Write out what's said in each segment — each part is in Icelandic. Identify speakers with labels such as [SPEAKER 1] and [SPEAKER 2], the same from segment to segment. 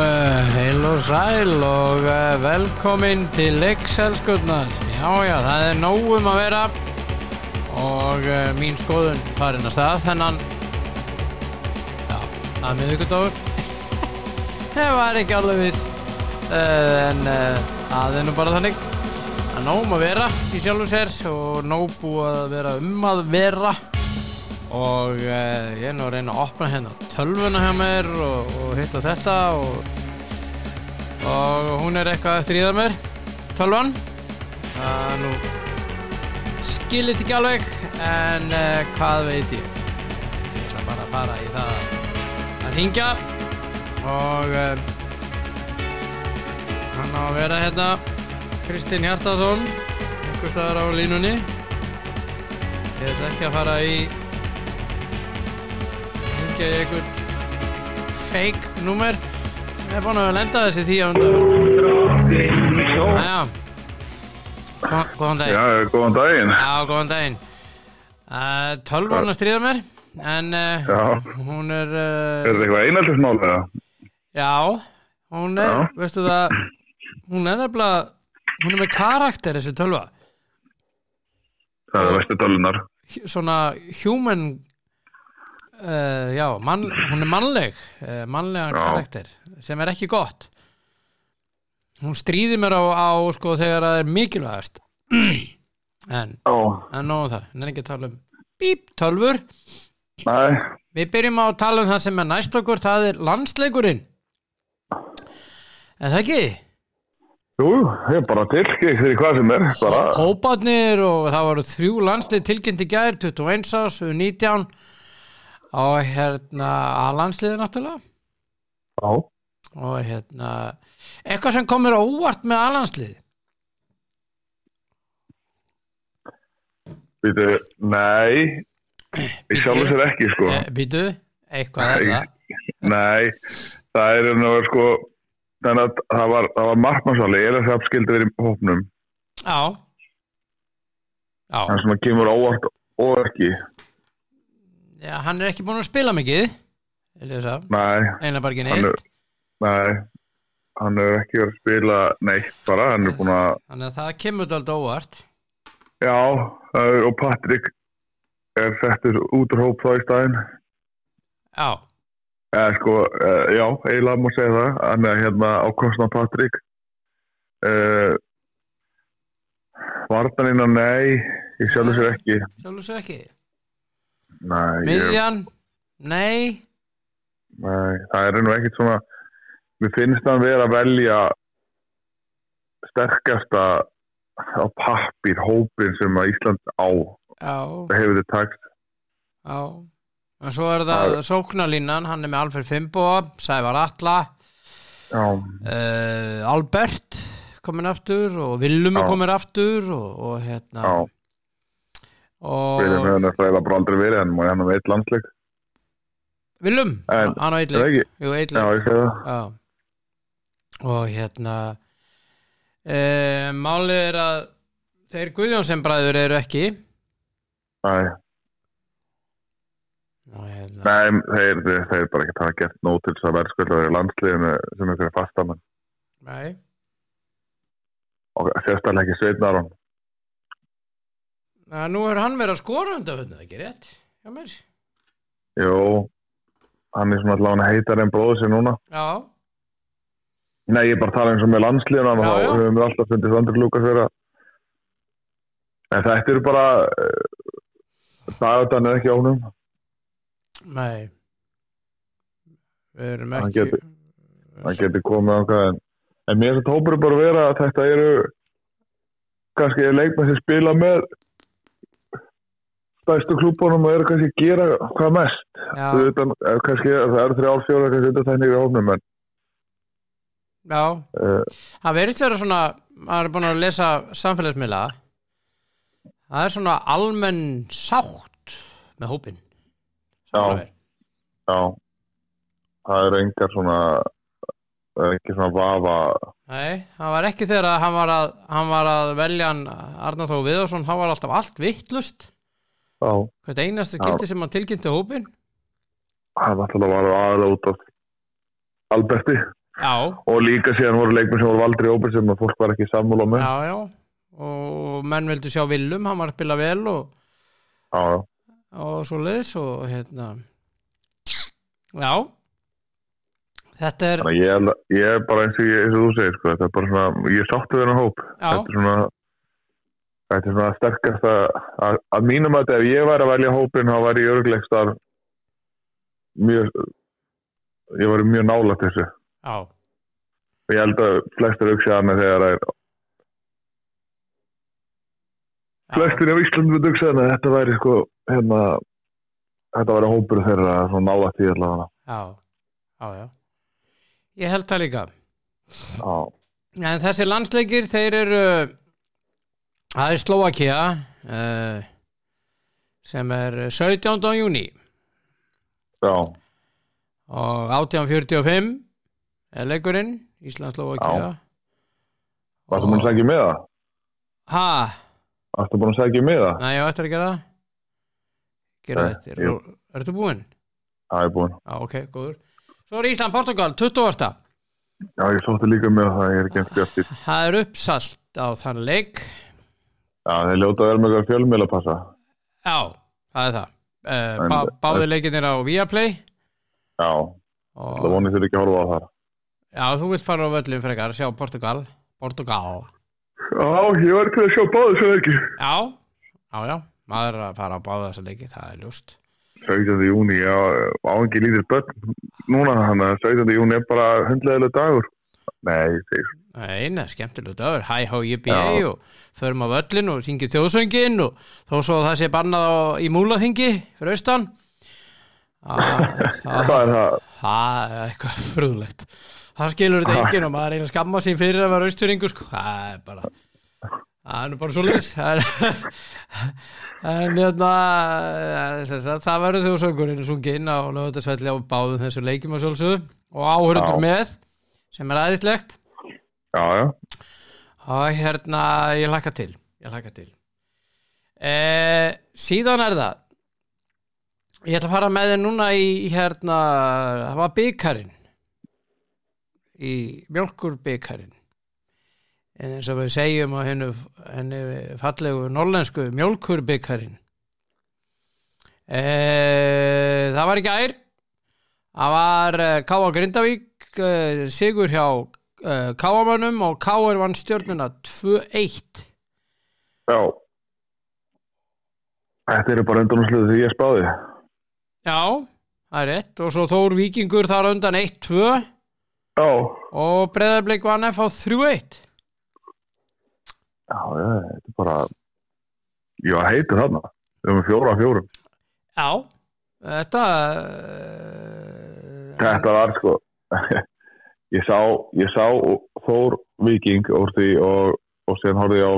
[SPEAKER 1] eh, sæl og eh, velkomin til leikselskundnar. Já, já, það er nógum að vera og eh, mín skoðun farin að stað þennan, já, það er miðvíkudagur. Það var ekki alveg viss, Eh, en eh, það er nú bara þannig. Það er nógum að vera í sjálfu sér og nóg búið að vera um að vera og uh, ég er nú að reyna að opna hérna tölvuna hjá mér og, og hitta þetta og, og hún er eitthvað að stríða mér tölvan það er nú skilit ekki alveg en uh, hvað veit ég ég ætla bara að fara í það að- að hingja og uh, hann á að vera hérna Kristinn Hjartarsson einhvers staðar á línunni ég ætla ekki að fara í hengja ég einhvern fake númer ég er búinn að lenda þessi því að undan Næja Góðan daginn
[SPEAKER 2] Já, góðan daginn.
[SPEAKER 1] Já, góðan daginn uh, Tölvan að stríða mér en uh,
[SPEAKER 2] Já,
[SPEAKER 1] hún er
[SPEAKER 2] er
[SPEAKER 1] uh,
[SPEAKER 2] þetta eitthvað einaldismál eða?
[SPEAKER 1] Já, hún er,
[SPEAKER 2] Já.
[SPEAKER 1] veistu það hún er nefnilega hún er með karakter þessi tölva
[SPEAKER 2] Það er vestu dalunar.
[SPEAKER 1] Hj- svona human uh, já, mann, hún er mannleg uh, mannlegan
[SPEAKER 2] Já.
[SPEAKER 1] karakter sem er ekki gott hún stríðir mér á, á sko þegar það er mikilvægast en,
[SPEAKER 2] Já.
[SPEAKER 1] en nóg um það, en er ekki að tala um bíp, tölfur,
[SPEAKER 2] Nei,
[SPEAKER 1] við byrjum á að tala um það sem er næst okkur, það er landsleikurinn en það ekki
[SPEAKER 2] jú, ég er bara tilkik fyrir hvað sem er. Bara,
[SPEAKER 1] hóparnir og það voru þrjú landslið tilkynnt í gær, 21 ás, 19 og hérna að landsliði náttúrulega
[SPEAKER 2] já.
[SPEAKER 1] og hérna eitthvað sem komur á óvart með alanslið
[SPEAKER 2] Býtu, nei, ég sjálf sér ekki, sko.
[SPEAKER 1] býtu, Eh, eitthvað er það
[SPEAKER 2] Nei, það er nú, sko, þannig að það var, það var markmannsali, er að það skildi verið í hópnum.
[SPEAKER 1] já já,
[SPEAKER 2] Það sem að kemur óvart og ekki.
[SPEAKER 1] já, hann er ekki búin að spila mikið Elísa,
[SPEAKER 2] Nei,
[SPEAKER 1] einlega bara ekki
[SPEAKER 2] hann
[SPEAKER 1] neitt
[SPEAKER 2] er, nei, hann er ekki verið að spila neitt bara, hann er búin að
[SPEAKER 1] þannig að það kemur þetta alltaf óvart
[SPEAKER 2] Já, það er- og Patrik er settur út úr hóp þá í staðinn.
[SPEAKER 1] já,
[SPEAKER 2] Eða sko, eh, já, eiginlega má segja það, hann er hérna á kostna Patrik. Uh, Vartanina, nei, ég sjálf sér ekki.
[SPEAKER 1] sjálfur svo ekki
[SPEAKER 2] Nei, ég,
[SPEAKER 1] miðjan, nei
[SPEAKER 2] nei, það er nú ekkert svona, mér finnst hann vera að velja sterkasta á pappir hópin sem að Ísland á,
[SPEAKER 1] já,
[SPEAKER 2] það hefur þið takt.
[SPEAKER 1] Já, en svo er það
[SPEAKER 2] Það-
[SPEAKER 1] sóknarlínan, hann er með Alfred Fimboa, Sævar Atla,
[SPEAKER 2] Já,
[SPEAKER 1] uh, Albert komin aftur og Willum
[SPEAKER 2] Já.
[SPEAKER 1] er komin aftur og, og hérna
[SPEAKER 2] já. Við erum með
[SPEAKER 1] og
[SPEAKER 2] hann eftir eða bara aldrei verið hérna, en hann er með um eitt landsleik.
[SPEAKER 1] Willum,
[SPEAKER 2] En-
[SPEAKER 1] hann á
[SPEAKER 2] Er það
[SPEAKER 1] eitleik,
[SPEAKER 2] ekki?
[SPEAKER 1] jú
[SPEAKER 2] Já,
[SPEAKER 1] eitleik,
[SPEAKER 2] ég segi það.
[SPEAKER 1] já, og hérna uh, málið er að þeir Guðjónsson bræður eru ekki
[SPEAKER 2] Nei,
[SPEAKER 1] og hérna,
[SPEAKER 2] nei þeir, þeir, þeir bara ekki hafa gert nóg til þess að verðskvölda verið landsliðinu sem einhverja fastamenn.
[SPEAKER 1] nei,
[SPEAKER 2] Og sérstaklega ekki Sveitnaron.
[SPEAKER 1] að nú er hann verið að skora undan, þetta er ekki rétt, já mér,
[SPEAKER 2] Jó, hann er svona allavega heitar en bróðu sér núna.
[SPEAKER 1] já,
[SPEAKER 2] Nei, ég er bara að tala eins og með landsliðinu
[SPEAKER 1] Já,
[SPEAKER 2] og þá
[SPEAKER 1] já.
[SPEAKER 2] höfum við alltaf fundið Andri Lukas vera. En þetta eru bara, dagutan er ekki ánum.
[SPEAKER 1] Nei Við erum
[SPEAKER 2] Hann
[SPEAKER 1] ekki
[SPEAKER 2] geti- hann getur komið ánga en, en mér þetta hópur er bara að vera að þetta eru kannski er leikmenn sem spila með stæstu klúbunum og eru kannski að gera hvað mest
[SPEAKER 1] já,
[SPEAKER 2] utan, eh, kannski er- það eru þrjálf fjóra kannski undan þennir í hófnum en
[SPEAKER 1] já,
[SPEAKER 2] uh,
[SPEAKER 1] það verðist vera svona maður er búin að lesa samfélagsmiðla það er svona almenn sátt með hópin
[SPEAKER 2] Já. já það eru engar svona það er ekki svona vafa
[SPEAKER 1] Nei, það var ekki þegar að hann var að, hann var að velja hann Arnar Þó Viðarsson, hann var alltaf allt vittlust
[SPEAKER 2] já,
[SPEAKER 1] hvert einasta
[SPEAKER 2] Já.
[SPEAKER 1] skipti sem hann tilkynnti hópin
[SPEAKER 2] það var alltaf að vara aðra út af Alberti
[SPEAKER 1] já,
[SPEAKER 2] og líka síðan voru leikmenn sem voru aldrei ópinn sem að fólk var ekki sammála með
[SPEAKER 1] já, já og menn vildu sjá Willum, hann var að spila vel og,
[SPEAKER 2] já, já.
[SPEAKER 1] og svo leiðis og hérna já þetta er
[SPEAKER 2] þannig að ég, held að- ég er bara eins og, ég, eins og þú segir sko, þetta er bara svona, ég sáttu þennan hóp
[SPEAKER 1] Já.
[SPEAKER 2] þetta er svona þetta er svona sterkast að, að, að mínum að ef ég væri að velja hópin þá væri ég örglegst að mjög ég væri mjög nálægt þessu
[SPEAKER 1] já,
[SPEAKER 2] og ég held að flestir hugsi annað þegar að
[SPEAKER 1] já,
[SPEAKER 2] flestir af Ísland við hugsa þannig að þetta væri sko hérna þetta væri hópur þeirra svona nálægt í allavega
[SPEAKER 1] já, já, já ég held það líka
[SPEAKER 2] já,
[SPEAKER 1] En þessi landsleikir, þeir eru það er Slovakia uh, sem er 17. júni
[SPEAKER 2] já,
[SPEAKER 1] og 1845 er leikurinn, Ísland-Slovakia
[SPEAKER 2] varstu búin að segja með það?
[SPEAKER 1] Ha,
[SPEAKER 2] varstu búin að um segja með það?
[SPEAKER 1] næ, ég á eftir að gera það gera
[SPEAKER 2] Nei,
[SPEAKER 1] þetta,
[SPEAKER 2] Eh, jú.
[SPEAKER 1] Rú- ertu búinn?
[SPEAKER 2] já, ég er búin
[SPEAKER 1] Já, ok, góður Svo er Ísland-Portugal, 20.
[SPEAKER 2] já, ég sótti líka með það, ég er ekki eins bjartir
[SPEAKER 1] Það er uppsalt á þann leik
[SPEAKER 2] já, þeir ljóta vel með eitthvað fjölmiðla passa
[SPEAKER 1] Já, það er það uh,
[SPEAKER 2] En-
[SPEAKER 1] bá, Báði leikinir á Viaplay
[SPEAKER 2] já,
[SPEAKER 1] og...
[SPEAKER 2] það vonið þeir ekki að horfa á það
[SPEAKER 1] Já, þú vilt fara á völlum frekar, sjá Portugal Portugal
[SPEAKER 2] já, ég var til að sjá báðu sem ekki
[SPEAKER 1] Já, já, já, maður er að fara á báða þessa leiki, það er ljúst
[SPEAKER 2] 17. júni, já, á ekki lítið börn núna, þannig að 17. júni er bara hundlegileg dagur nei, ég segi svona.
[SPEAKER 1] Eina, skemmtilega dagur, hæ, há, ég býi
[SPEAKER 2] Já.
[SPEAKER 1] og förum á völlin og syngjum þjóðsöngin og þó svo það sé bannað á, í múlaþingi fyrir austan Á-
[SPEAKER 2] hvað
[SPEAKER 1] Það
[SPEAKER 2] er það?
[SPEAKER 1] það er eitthvað frúðlegt Það skilur þetta enginn og maður er eiginlega skamma sín fyrir að vera austuringu sko, það er bara það er nú bara svo leys en hérna þess að það verður þjóðsöngurinn sunginn á lögutarsvelli á báðum þessu leikjum og sjálfsögðu og áhörundur
[SPEAKER 2] Já.
[SPEAKER 1] með sem er aðeinslegt
[SPEAKER 2] já, já,
[SPEAKER 1] og hérna ég hlakka til ég hlakka til e, síðan er það ég ætla að fara með þið núna í hérna það var byggarinn í mjölkur byggarinn eins og við segjum á hennu, hennu fallegu norlensku mjölkur byggarinn e, það var í gær það var eh, K.A. Grindavík eh, sigur hjá eh, K.A. mönnum og K.A. vann stjórnuna 2-1
[SPEAKER 2] já þetta eru bara undanúslega því ég spáði
[SPEAKER 1] Já, það er rétt og svo Þór Víkingur þar á undan 1-2
[SPEAKER 2] Já,
[SPEAKER 1] og Breiðarblik vann F á 3-1
[SPEAKER 2] já, já, þetta er bara ég var heitur þarna við erum fjóra af fjórum
[SPEAKER 1] Já, þetta eh,
[SPEAKER 2] þetta var sko ég sá, ég sá Þór Viking úr því og, og síðan horfði ég á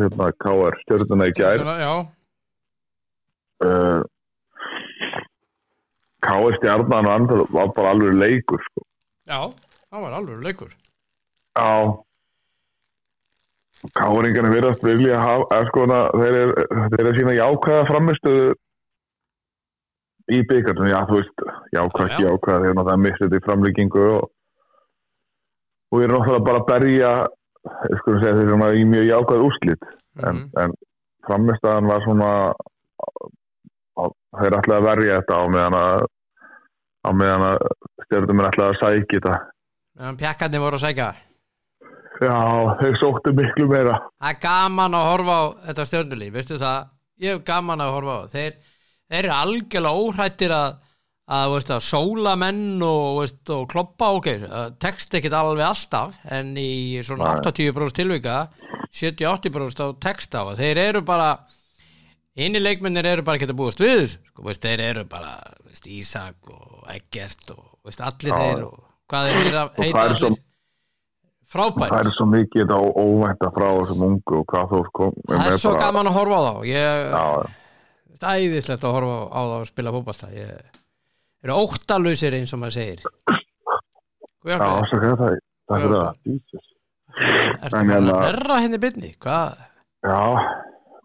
[SPEAKER 2] hérna, KR stjörnuna í gær
[SPEAKER 1] Já,
[SPEAKER 2] uh, KR Eh, stjarnan og andur var bara alveg leikur sko.
[SPEAKER 1] já, það var alveg leikur
[SPEAKER 2] Já Káringarnir virðast vilja hafa, eða sko hana, þeir eru þeir eru að sína jákvæða framistuðu í byggarnum, já þú veist jákvæð,
[SPEAKER 1] Já, já.
[SPEAKER 2] ekki jákvæð, þeir eru náttúrulega mistið í framlýkingu og, og eru náttúrulega bara að berja ég skulum segja þeir eru svona í mjög jákvæð úrslit en,
[SPEAKER 1] Mhm.
[SPEAKER 2] en framistaðan var svona að- þeir ætlaði að verja þetta á meðan að á meðan að stjörnum er ætlaði að sækja þetta
[SPEAKER 1] en pjakkarnir voru að segja
[SPEAKER 2] Já, þeir sóttu miklu meira
[SPEAKER 1] Það er gaman að horfa á þetta stjórnulíf, veistu það? Ég hef gaman að horfa á það. Þeir, þeir eru algjörlega óhrættir að, að, veist, að sóla menn og, veist, og kloppa, ok, það tekst ekkit alveg alltaf, en í svona
[SPEAKER 2] Nei.
[SPEAKER 1] 80% tilvika, 70-80% á tekst á það. Þeir eru bara, inni leikmennir eru bara ekki að búast við, þessu, sko, veist, þeir eru bara, veist, Ísak og Eggert og, veist, allir
[SPEAKER 2] Já.
[SPEAKER 1] þeir og hvað þeir heita
[SPEAKER 2] Og það er svo-
[SPEAKER 1] allir. Frábært.
[SPEAKER 2] Það er svo mikið þetta ó- óvænta frá þessum ungu og hvað þú kom
[SPEAKER 1] það er svo gaman að horfa á þá
[SPEAKER 2] Já,
[SPEAKER 1] ég er æðislegt að horfa á þá að spila fótballsta ég er óttalusir eins og maður segir
[SPEAKER 2] já,
[SPEAKER 1] Guðjálfur,
[SPEAKER 2] svo hvað það Takk fyrir
[SPEAKER 1] Já.
[SPEAKER 2] það Jesus.
[SPEAKER 1] ertu
[SPEAKER 2] en
[SPEAKER 1] farin að
[SPEAKER 2] hérna-
[SPEAKER 1] verra henni byrni? Hvað?
[SPEAKER 2] Já,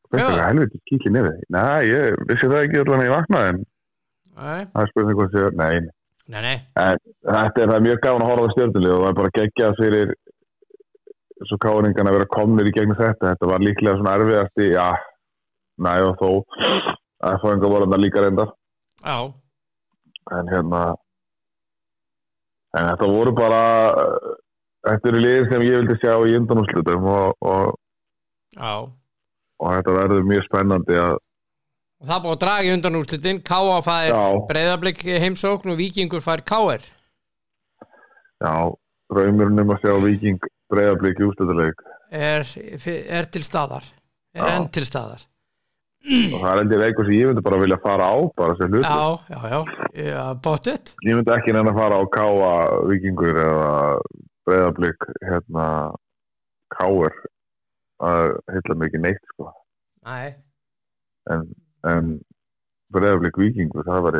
[SPEAKER 2] veistu
[SPEAKER 1] Já.
[SPEAKER 2] hvað, helviti kíkir niður Nei, ég vissi það ekki allan að ég vaknaði en
[SPEAKER 1] Nei,
[SPEAKER 2] það er spurning hvað þér, nei
[SPEAKER 1] Nei, nei,
[SPEAKER 2] þetta er, það er mjög gaman að horfa á stjórnulegu og það er bara geggjað fyrir svo káringan að vera komnir í gegnum þetta þetta var líklega svona erfiðasti já, næja og þó að fá einhver voru þetta líka reyndar
[SPEAKER 1] já,
[SPEAKER 2] en hérna en þetta voru bara eh, þetta eru liðir sem ég vildi sjá í undanúslutum og, og,
[SPEAKER 1] já.
[SPEAKER 2] og þetta verður mjög spennandi að
[SPEAKER 1] Og það er búið að draga í undan úrslitinn, K.A. fær
[SPEAKER 2] já,
[SPEAKER 1] breyðablik heimsókn og Víkingur fær K.R.
[SPEAKER 2] já, raumurinn um að sjá viking breyðablík í úslutuleik
[SPEAKER 1] Er, er til staðar, er
[SPEAKER 2] Já.
[SPEAKER 1] enn til staðar.
[SPEAKER 2] og það er endur eitthvað sem ég myndi bara vilja fara á bara sem hlutur
[SPEAKER 1] Já, já, já, já bóttið.
[SPEAKER 2] Ég myndi ekki nefn að fara á K.A. Vikingur eða Breiðablík, hérna, K.R. Það heitla mig ekki neitt, sko.
[SPEAKER 1] Nei,
[SPEAKER 2] En, en Breiðablík Vikingur, það var,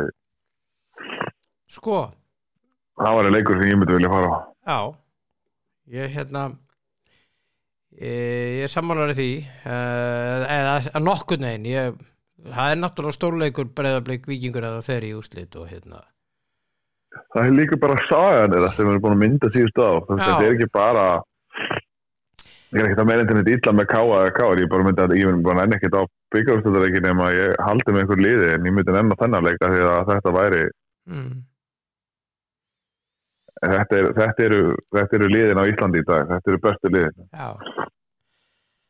[SPEAKER 1] sko,
[SPEAKER 2] það var leikur sem ég myndi vilja fara á.
[SPEAKER 1] Já, ég hérna ég, ég sammálar því uh, eða að nokkurn veginn ég, það er náttúrulega stórleikur breyðarbleik vikingur að það fer í úslit og hérna
[SPEAKER 2] Það er líka bara sagan þeirra sem er búin að mynda síðust á.
[SPEAKER 1] Já.
[SPEAKER 2] Þetta er ekki bara, ég er ekkert að meira enn þetta illa með K.A. eða K.R. Ég bara myndi að ég myndi bara enn ekkert á byggjafstöðarleikin nema að ég haldi með einhver liði en ég myndi enn að þennan leika því að þetta væri
[SPEAKER 1] mm.
[SPEAKER 2] þetta, er, þetta, eru, þetta eru liðin á Íslandi í dag, þetta eru bestu liðin
[SPEAKER 1] Já,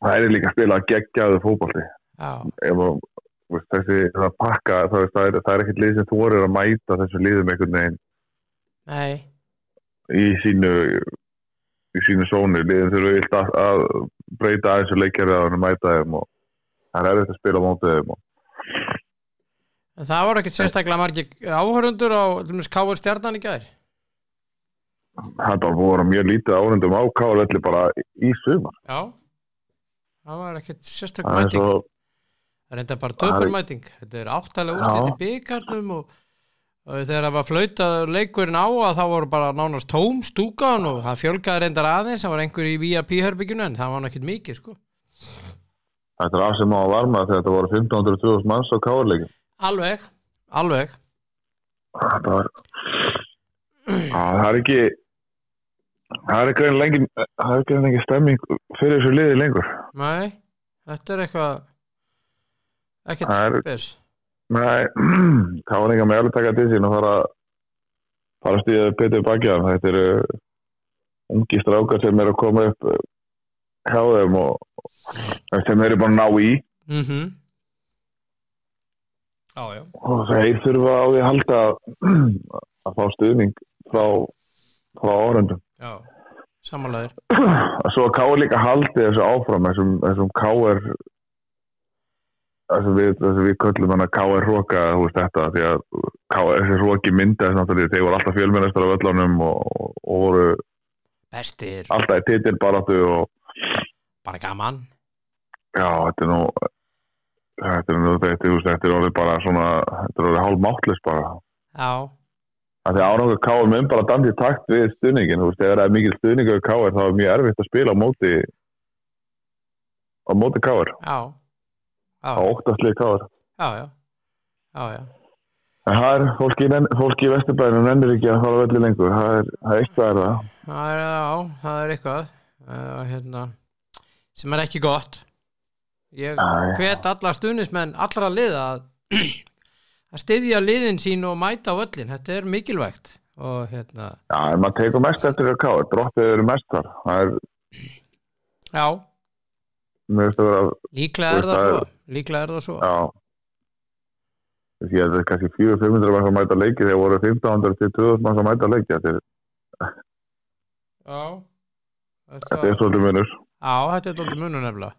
[SPEAKER 2] það er líka að spila geggjaðu fótbolti
[SPEAKER 1] já,
[SPEAKER 2] ef að þú veist, þessi það pakka, það, það, er, það er ekkert lið sem þú voru að mæta þessu liðum einhvern veginn
[SPEAKER 1] nei
[SPEAKER 2] í sínu í sínu sónu, liðin þurfa vilt að, að breyta aðeins og leikjara að mæta þeim og það er erfitt að spila á mótið þeim og
[SPEAKER 1] en það voru ekkert sérstaklega margir áhörundur á Káur Stjarnan í gær
[SPEAKER 2] það bara voru mjög lítið árendum ákáður allir bara í sumar
[SPEAKER 1] Já, það var ekkert sérstaklega
[SPEAKER 2] það er
[SPEAKER 1] mæting
[SPEAKER 2] svo,
[SPEAKER 1] það er enda bara
[SPEAKER 2] er-
[SPEAKER 1] töpurmæting þetta er áttalega
[SPEAKER 2] Já.
[SPEAKER 1] úrslit í byggarnum og, og þegar það var flautað leikurinn á að þá voru bara nánast tóm stúkan og það fjölgaði reyndar aðeins það var einhver í VIP-herbygginu en það var náttúrulega mikið sko
[SPEAKER 2] þetta er af sem á að varma þegar þetta voru 1520 manns á káðurleikin
[SPEAKER 1] alveg, alveg
[SPEAKER 2] Það var Já, það er ekki það er ekki enn lengi það er ekki enn lengi stemming fyrir þessu liði lengur
[SPEAKER 1] nei, þetta er eitthvað
[SPEAKER 2] Það
[SPEAKER 1] ekkert
[SPEAKER 2] er-
[SPEAKER 1] spes
[SPEAKER 2] Nei, það var enga með alveg taka til sín og fara fara að stíða Petur Bakjan þetta eru ungi strákar sem eru að koma upp eh, hjá þeim og sem eru bara að ná í
[SPEAKER 1] mhm já, já,
[SPEAKER 2] og þeir þurfa á því að halda að- að fá stuðning frá, frá orðendum
[SPEAKER 1] já samanlegaður,
[SPEAKER 2] að svo að K.R. líka haldi þessu áfram þessum, þessum K.R. þessum við, þessum við köllum hann að K.R. Róka þú veist þetta því að K.R. þessi Róki myndaðist náttúrulega þeir voru alltaf fjölmennastar af öllunum og, og voru
[SPEAKER 1] bestir
[SPEAKER 2] alltaf í titilbaratu og
[SPEAKER 1] bara gaman,
[SPEAKER 2] já þetta er nú þetta er nú þetta, þú veist, þetta er orðið bara svona þetta er orðið hálf máttlis bara
[SPEAKER 1] já
[SPEAKER 2] að því árangur K.R. mun bara dandi takt við stuðningin þú veist ef það er mikil stuðningur K.R. þá er mjög erfitt að spila á móti á móti K.R.
[SPEAKER 1] já, já,
[SPEAKER 2] á óttastlið K.R.
[SPEAKER 1] já já, já, já.
[SPEAKER 2] En það er fólki í, nenn- fólk í Vesturbænum nennir ekki að fara velli lengur. Það er, það er eitthvað er það.
[SPEAKER 1] Það er, já, það er eitthvað uh, hérna, sem er ekki gott ég
[SPEAKER 2] Æ.
[SPEAKER 1] hvet alla stuðnismenn allra liða að, að styðja liðin sín og mæta völlin, þetta er mikilvægt og hérna,
[SPEAKER 2] Já, en maður tekur mest eftir að káður. Droppið eru mest þar. Það er,
[SPEAKER 1] já
[SPEAKER 2] mér veist að vera,
[SPEAKER 1] líklega er
[SPEAKER 2] Þú
[SPEAKER 1] það
[SPEAKER 2] veist, það
[SPEAKER 1] svo líklega er það svo,
[SPEAKER 2] já. Ég held að það er kannski 400-500 manns að mæta leiki þegar voru 1500 til 2000 manns að mæta leiki. Þetta er,
[SPEAKER 1] já
[SPEAKER 2] þetta er svolítið munur.
[SPEAKER 1] Já, þetta er dóldi munur nefnilega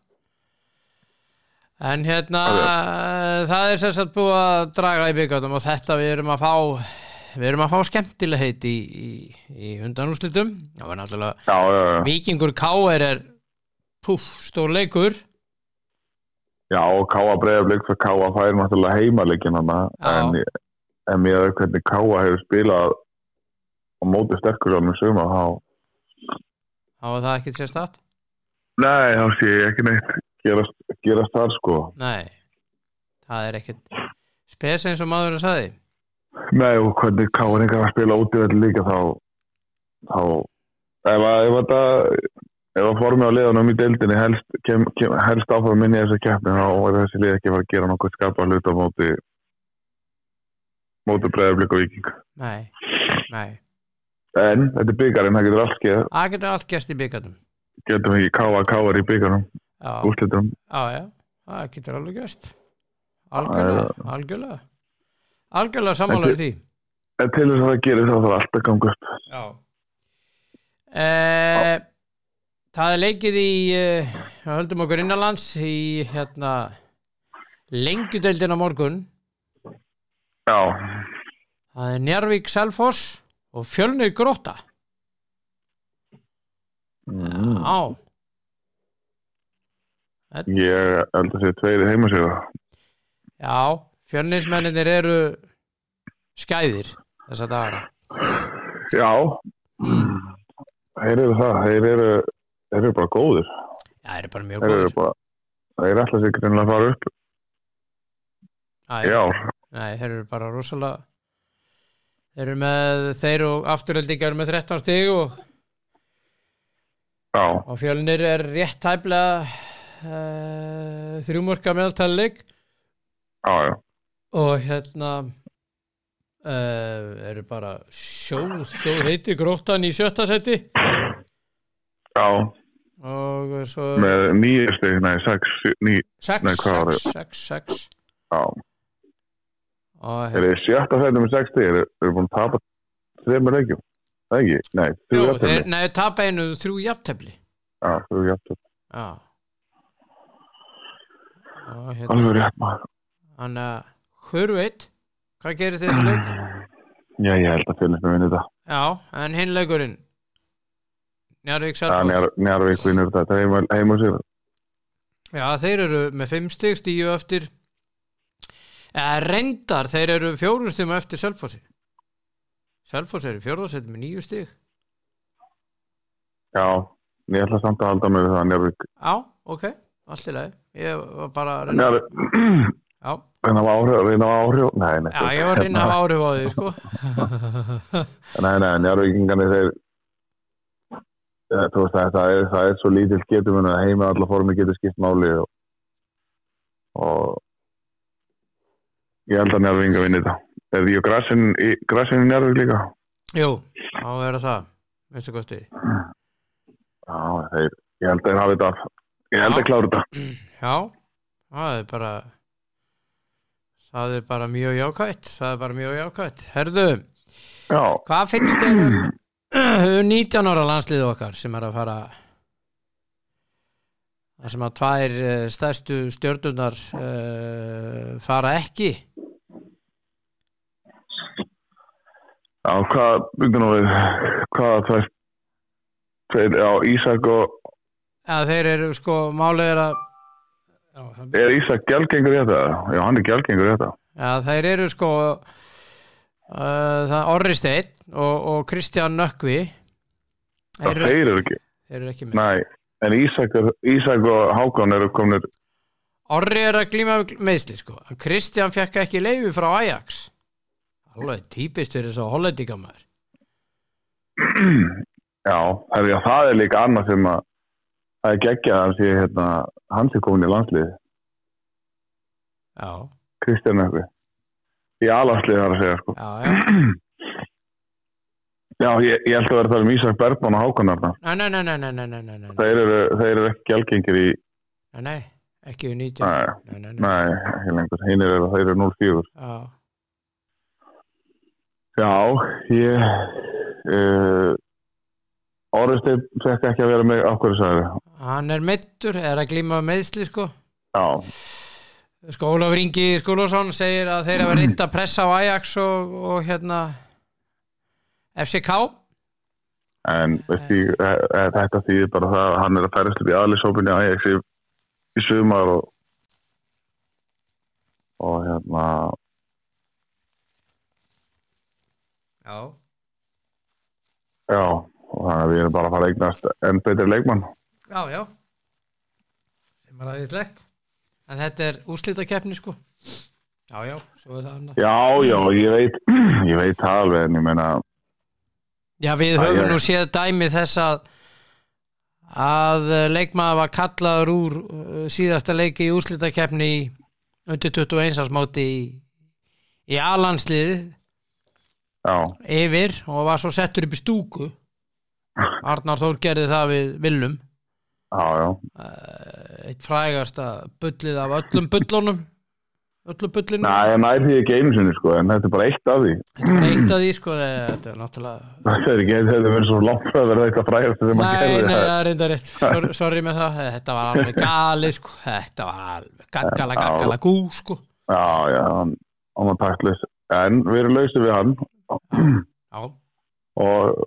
[SPEAKER 1] En hérna
[SPEAKER 2] Já,
[SPEAKER 1] það er sem sagt búið að draga í byggjáðum og þetta við erum að fá við erum að fá skemmtilegheit í, í, í undanúslitum það var náttúrulega
[SPEAKER 2] Já, já, já.
[SPEAKER 1] Víkingur K.R. er púf, stór leikur
[SPEAKER 2] Já, og káða breyða blik fyrir káða fær náttúrulega heimaleikin hann.
[SPEAKER 1] Já.
[SPEAKER 2] En, en mér er hvernig káða hefur spilað á móti sterkur ánum suma. Þá,
[SPEAKER 1] þá er það ekkert sérstætt
[SPEAKER 2] nei, þá sé ég ekki neitt gerast, gerast þar sko.
[SPEAKER 1] Nei, það er ekkert spes eins og maðurinn sagði
[SPEAKER 2] Nei og hvernig Káringa var að spila út í þetta líka þá, þá ef, að, ef þetta ef að formi á liðunum í deildinni helst, kem, kem, helst áfram minni þessu keppni þá er þessi lið ekki að fara að gera nokkuð skapa hlut á móti móti breyðarblik og viking
[SPEAKER 1] Nei, nei.
[SPEAKER 2] en þetta er byggarinn, það getur allt skeð
[SPEAKER 1] Það getur allt gerst í byggjandum.
[SPEAKER 2] getum ekki káa káar í byggarinn
[SPEAKER 1] Já,
[SPEAKER 2] úrslitum
[SPEAKER 1] já, já. Það getur alveg gerst. Algjörlega, algjörlega. Algjörlega sammálaður því.
[SPEAKER 2] en til þess að það gerir þá þarf allt að ganga upp
[SPEAKER 1] Já. Eh, það er leikið í, eh, við höldum okkur innanlands í hérna lengjudeildin á morgun.
[SPEAKER 2] já,
[SPEAKER 1] Það er Njarvík Selfoss og Fjölnir Gróta.
[SPEAKER 2] mm.
[SPEAKER 1] Já,
[SPEAKER 2] ég held að sé tveir í heimasíðu
[SPEAKER 1] já, fjölnismenninir eru skæðir þessa dagana.
[SPEAKER 2] já þeir eru það, þeir eru þeir eru bara góðir
[SPEAKER 1] Já, það eru bara mjög
[SPEAKER 2] þeir eru
[SPEAKER 1] góðir.
[SPEAKER 2] bara þeir ætla sig grunlega að fara upp
[SPEAKER 1] Æ,
[SPEAKER 2] já,
[SPEAKER 1] Nei, þeir eru bara rosalega þeir eru með þeir og afturöldingar eru með 13 stig og,
[SPEAKER 2] já,
[SPEAKER 1] og fjölnir er rétt tæplega uh, þrjúmorka meðaltalleg
[SPEAKER 2] já, já
[SPEAKER 1] og hérna uh, eru bara sjóð, sjóð heiti gróttan í sjötta seti
[SPEAKER 2] já,
[SPEAKER 1] og svo
[SPEAKER 2] með nýju stig, nei, sex, sjö- ný
[SPEAKER 1] 6,
[SPEAKER 2] nei, hvað var
[SPEAKER 1] 6, 6, 6
[SPEAKER 2] já,
[SPEAKER 1] og
[SPEAKER 2] þeir
[SPEAKER 1] hérna,
[SPEAKER 2] eru sjötta fættu með sex stig þeir þeir eru búin að tapa þreymur leikjum Það ekki, nei, þú
[SPEAKER 1] jú,
[SPEAKER 2] jafnir
[SPEAKER 1] þeir, nei, tapa einu þrjú jafntefli
[SPEAKER 2] já, þú jafnir,
[SPEAKER 1] já og hérna
[SPEAKER 2] alveg rétt maður
[SPEAKER 1] Þannig að, hver veit hvað gerir þessu leik?
[SPEAKER 2] já, ég held að fylgjast með vinni þetta
[SPEAKER 1] Já, en hinn leikurinn Njarvík
[SPEAKER 2] það
[SPEAKER 1] Selfoss
[SPEAKER 2] er njárvík vinnur þetta heima, heima sér
[SPEAKER 1] Já, þeir eru með 5 stig stíu eftir eða reyndar, þeir eru fjórumstum eftir Selfossi Selfoss er í fjórðarsett með 9 stig
[SPEAKER 2] já, ég ætla samt að halda mig við það njárvík
[SPEAKER 1] Já, ok, allt í lagi Ég var bara að reyna
[SPEAKER 2] njárvík,
[SPEAKER 1] Já,
[SPEAKER 2] reyna á áhrif reyna á áhrif, nei, nei hérna-
[SPEAKER 1] já ég var að reyna að hafa áhrif á því, sko
[SPEAKER 2] Nei, nei, njárvíkingarnir þeir Eh, þú veist það, það er, það er svo lítill getum en að heima alla formi getur skipt máli og, og ég held að njárvíkingar vinni þetta. Er því að græsin í græsin í njárvík líka?
[SPEAKER 1] Jú, á að vera það Veistu hvað þið?
[SPEAKER 2] Já, þeir, ég held að þeir hafi þetta af. Ég held
[SPEAKER 1] Já.
[SPEAKER 2] að klára þetta.
[SPEAKER 1] Já, það er bara það er bara mjög jákvætt það er bara mjög jákvætt Herðu,
[SPEAKER 2] Já,
[SPEAKER 1] hvað finnst þér um um 19 ára landslið okkar sem er að fara það sem að tvær eh, stærstu stjörnunar uh, fara ekki
[SPEAKER 2] já, hvað, byggjum við, hvað það er, já, Ísak og,
[SPEAKER 1] að þeir eru sko málið er að já, það-
[SPEAKER 2] er Ísak gjaldgengur í þetta? Já, hann er gjaldgengur í þetta.
[SPEAKER 1] já, þeir eru sko uh, það Orri Steinn og, og Kristján Nökkvi
[SPEAKER 2] Já,
[SPEAKER 1] þeir eru,
[SPEAKER 2] þeir eru ekki,
[SPEAKER 1] þeir eru ekki með
[SPEAKER 2] nei, en Ísak, er- Ísak og Hákon eru komin
[SPEAKER 1] Orri er að glíma við meðsli sko en Kristján fekk ekki leiði frá Ajax alveg típist fyrir þess að hollendinga maður
[SPEAKER 2] Já, herri, já, það er líka annað sem að það er geggjað að sé hérna, hann sé komin í landslið
[SPEAKER 1] já,
[SPEAKER 2] Kristján eitthvað í alanslið þar að segja sko.
[SPEAKER 1] já, já
[SPEAKER 2] Já, ég, ég held að vera að tala um Ísak Bergman og Hákon þarna
[SPEAKER 1] nei, nei, nei, nei, nei, nei, nei, nei, nei,
[SPEAKER 2] þeir eru, þeir eru ekki gjaldgengir í
[SPEAKER 1] nei, nei ekki við 19
[SPEAKER 2] nei,
[SPEAKER 1] nei, nei, nei,
[SPEAKER 2] nei, ekki lengur, hinn eru þeir eru 0-4
[SPEAKER 1] já,
[SPEAKER 2] Já, ég uh, Orðusti fekk ekki að vera með af hverju sagði
[SPEAKER 1] hann er meittur er að glíma við meðsli sko
[SPEAKER 2] Já,
[SPEAKER 1] Skólafur Ingi Skúlosson segir að þeir hafa reynda að pressa á Ajax og, og hérna FCK
[SPEAKER 2] en veistu, eh, eh, þetta þýðir bara það að hann er að færast upp í aðlisópinni Ajax í, í sumar og og hérna
[SPEAKER 1] já,
[SPEAKER 2] já, og þannig að við erum bara að fara að eignast enn betri leikmann
[SPEAKER 1] já, já sem er aðeinslegt en þetta er úslitakeppni sko Já, já, svo er það annað.
[SPEAKER 2] Já, já, ég veit, ég veit það alveg en ég meina,
[SPEAKER 1] Já, við
[SPEAKER 2] Æ,
[SPEAKER 1] höfum
[SPEAKER 2] já.
[SPEAKER 1] nú séð dæmi þess að að eh, leikmaður var kallaður úr eh, síðasta leiki í úrslitakeppni í undir 21 ásmáti í, í alansliði
[SPEAKER 2] já,
[SPEAKER 1] yfir og var svo settur upp í stúku Arnar Þór gerði það við Willum
[SPEAKER 2] já, já,
[SPEAKER 1] eh, eitt frægasta bullið af öllum bullunum öllum bullinu
[SPEAKER 2] næ, ég nær því ekki einu sinni sko, en þetta er bara eitt af því.
[SPEAKER 1] þetta var eitt af því sko eh, þetta er náttúrulega
[SPEAKER 2] Það er ekki, þetta er verið svo langt að verða eitthvað frægast sem maður
[SPEAKER 1] Nei,
[SPEAKER 2] gerði
[SPEAKER 1] nei,
[SPEAKER 2] það.
[SPEAKER 1] það er reynda rétt Sor- Sorry með það, þetta var alveg gali sko. Þetta var alveg gaggala, gaggala gú sko.
[SPEAKER 2] Já, já, hann, hann var taktlis, en við erum lausið við hann
[SPEAKER 1] Já,
[SPEAKER 2] og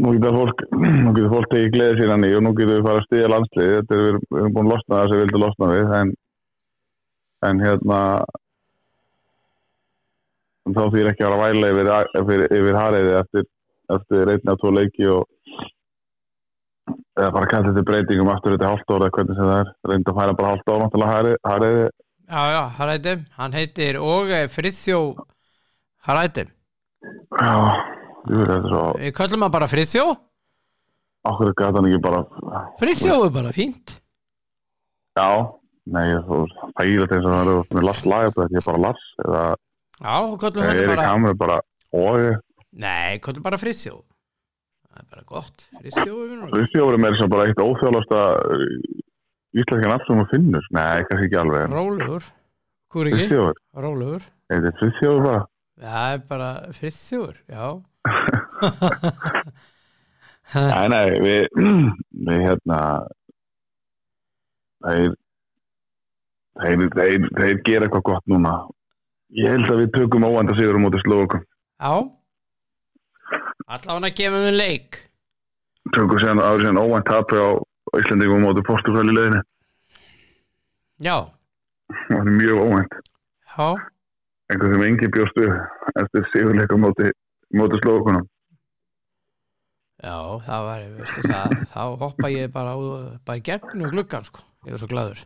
[SPEAKER 2] nú getur fólk, nú getur fólk tekið gleðið sína ný og nú getur við fara að stíða landslið, þetta er, við erum- við erum búin að losna það sem við vildum losna við, en, en hérna, en þá þýr ekki að vera að væla yfir, yfir, yfir hariði eftir, eftir einna tvo leiki og eða bara kalla þetta breytingum aftur þetta hálft ára, hvernig sem það er, reynda að færa bara hálft ára náttúrulega hariði, hariði,
[SPEAKER 1] já, já Haræti Hann heitir eh, Óge Friðþjó Haræti
[SPEAKER 2] já, ég veit þetta svo,
[SPEAKER 1] Við köllum hann bara Friðþjó
[SPEAKER 2] okkur gæti hann ekki bara
[SPEAKER 1] Friðþjó er bara fínt
[SPEAKER 2] Já, nei, þú fælir þess að það eru með Lars Lagerberg, þetta er bara Lars eða
[SPEAKER 1] Já, köllum hann
[SPEAKER 2] Erik
[SPEAKER 1] bara
[SPEAKER 2] Hamri bara og
[SPEAKER 1] Nei, köllum bara Friðþjó Það er bara gott Friðþjó er vinur.
[SPEAKER 2] Friðjóri með þess að bara eitt óþjálasta íslenska nafn sem hún finnur Nei, kannski ekki alveg en
[SPEAKER 1] Rólegur Hvor ekki?
[SPEAKER 2] Friðjóri,
[SPEAKER 1] Rólegur
[SPEAKER 2] þetta er Friðjóri bara
[SPEAKER 1] Það er bara Friðþjóður, já Eh.
[SPEAKER 2] Nei, nei, við, við hérna þeir þeir, þeir, þeir gera eitthvað gott núna Ég held að við tökum óvanda sigurum út í slókum
[SPEAKER 1] Já Allána gefum við leik
[SPEAKER 2] tökum séðan árið séðan óvænt tapi á Íslandingum út í Portugal í leiðinni
[SPEAKER 1] Já,
[SPEAKER 2] Það er mjög óvænt
[SPEAKER 1] já,
[SPEAKER 2] einhver sem engin bjóstu eftir sigurleika móti, móti slókunum.
[SPEAKER 1] já það var veistu, það, þá hoppa ég bara, á- bara í gegnum gluggan sko, ég er svo gladur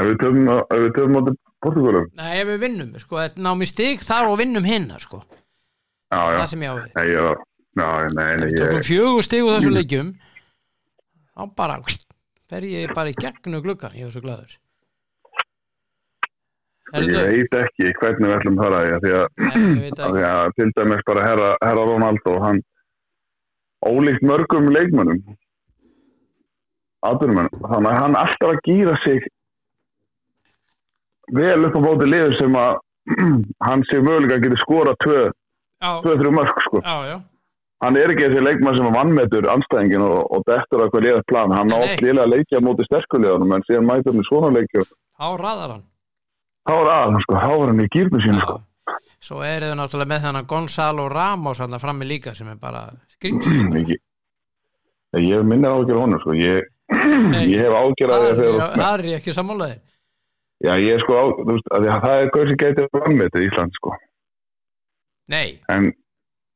[SPEAKER 2] Ef við töfum, ef við töfum móti Portugalum,
[SPEAKER 1] Nei, ef við vinnum, sko, þetta náum í stig þar og vinnum hinna, sko,
[SPEAKER 2] já, já,
[SPEAKER 1] það sem ég á við
[SPEAKER 2] nei, já, já, nei,
[SPEAKER 1] Ef
[SPEAKER 2] nei,
[SPEAKER 1] við tökum
[SPEAKER 2] ég,
[SPEAKER 1] fjögur stig úr þessum leikjum þá bara fer ég bara í gegnum gluggan, ég er svo gladur
[SPEAKER 2] ég
[SPEAKER 1] Herðu,
[SPEAKER 2] veit ekki hvernig við ætlum það að því að,
[SPEAKER 1] nei, ég veit
[SPEAKER 2] að,
[SPEAKER 1] að
[SPEAKER 2] því að til dæmis bara herra, herra Ronaldo, hann ólíkt mörgum leikmönnum, aðurmönnum, þannig að hann alltaf að gýra sig vel upp á móti liður sem að hann sé mögulega að geta skora 2-3
[SPEAKER 1] Já,
[SPEAKER 2] mörg, sko.
[SPEAKER 1] já, já
[SPEAKER 2] hann er ekki þessi leikmann sem vannmetur anstæðingin og, og dettur á eitthvað liðað plan hann
[SPEAKER 1] Nei,
[SPEAKER 2] á
[SPEAKER 1] nei.
[SPEAKER 2] oft liðlega að leikja móti sterkuleðanum en síðan mætur hann í svona leikju
[SPEAKER 1] þá raðar hann
[SPEAKER 2] þá er aðan sko, þá er hann í gýrnu sínu sko.
[SPEAKER 1] Já. Svo eru þau náttúrulega með þennan Gonzalo Ramos hann frammi líka sem er bara skrýmsli.
[SPEAKER 2] Mm, ég, ég minna ágjör honum sko. ég,
[SPEAKER 1] Nei.
[SPEAKER 2] ég hef ágjör að
[SPEAKER 1] Það
[SPEAKER 2] því að
[SPEAKER 1] er-
[SPEAKER 2] þegar
[SPEAKER 1] það er ég ekki sammálaði.
[SPEAKER 2] já, ég er sko, á, þú veist, að að það er gaur sem getur vannmetur í Ísland sko.
[SPEAKER 1] Nei,
[SPEAKER 2] en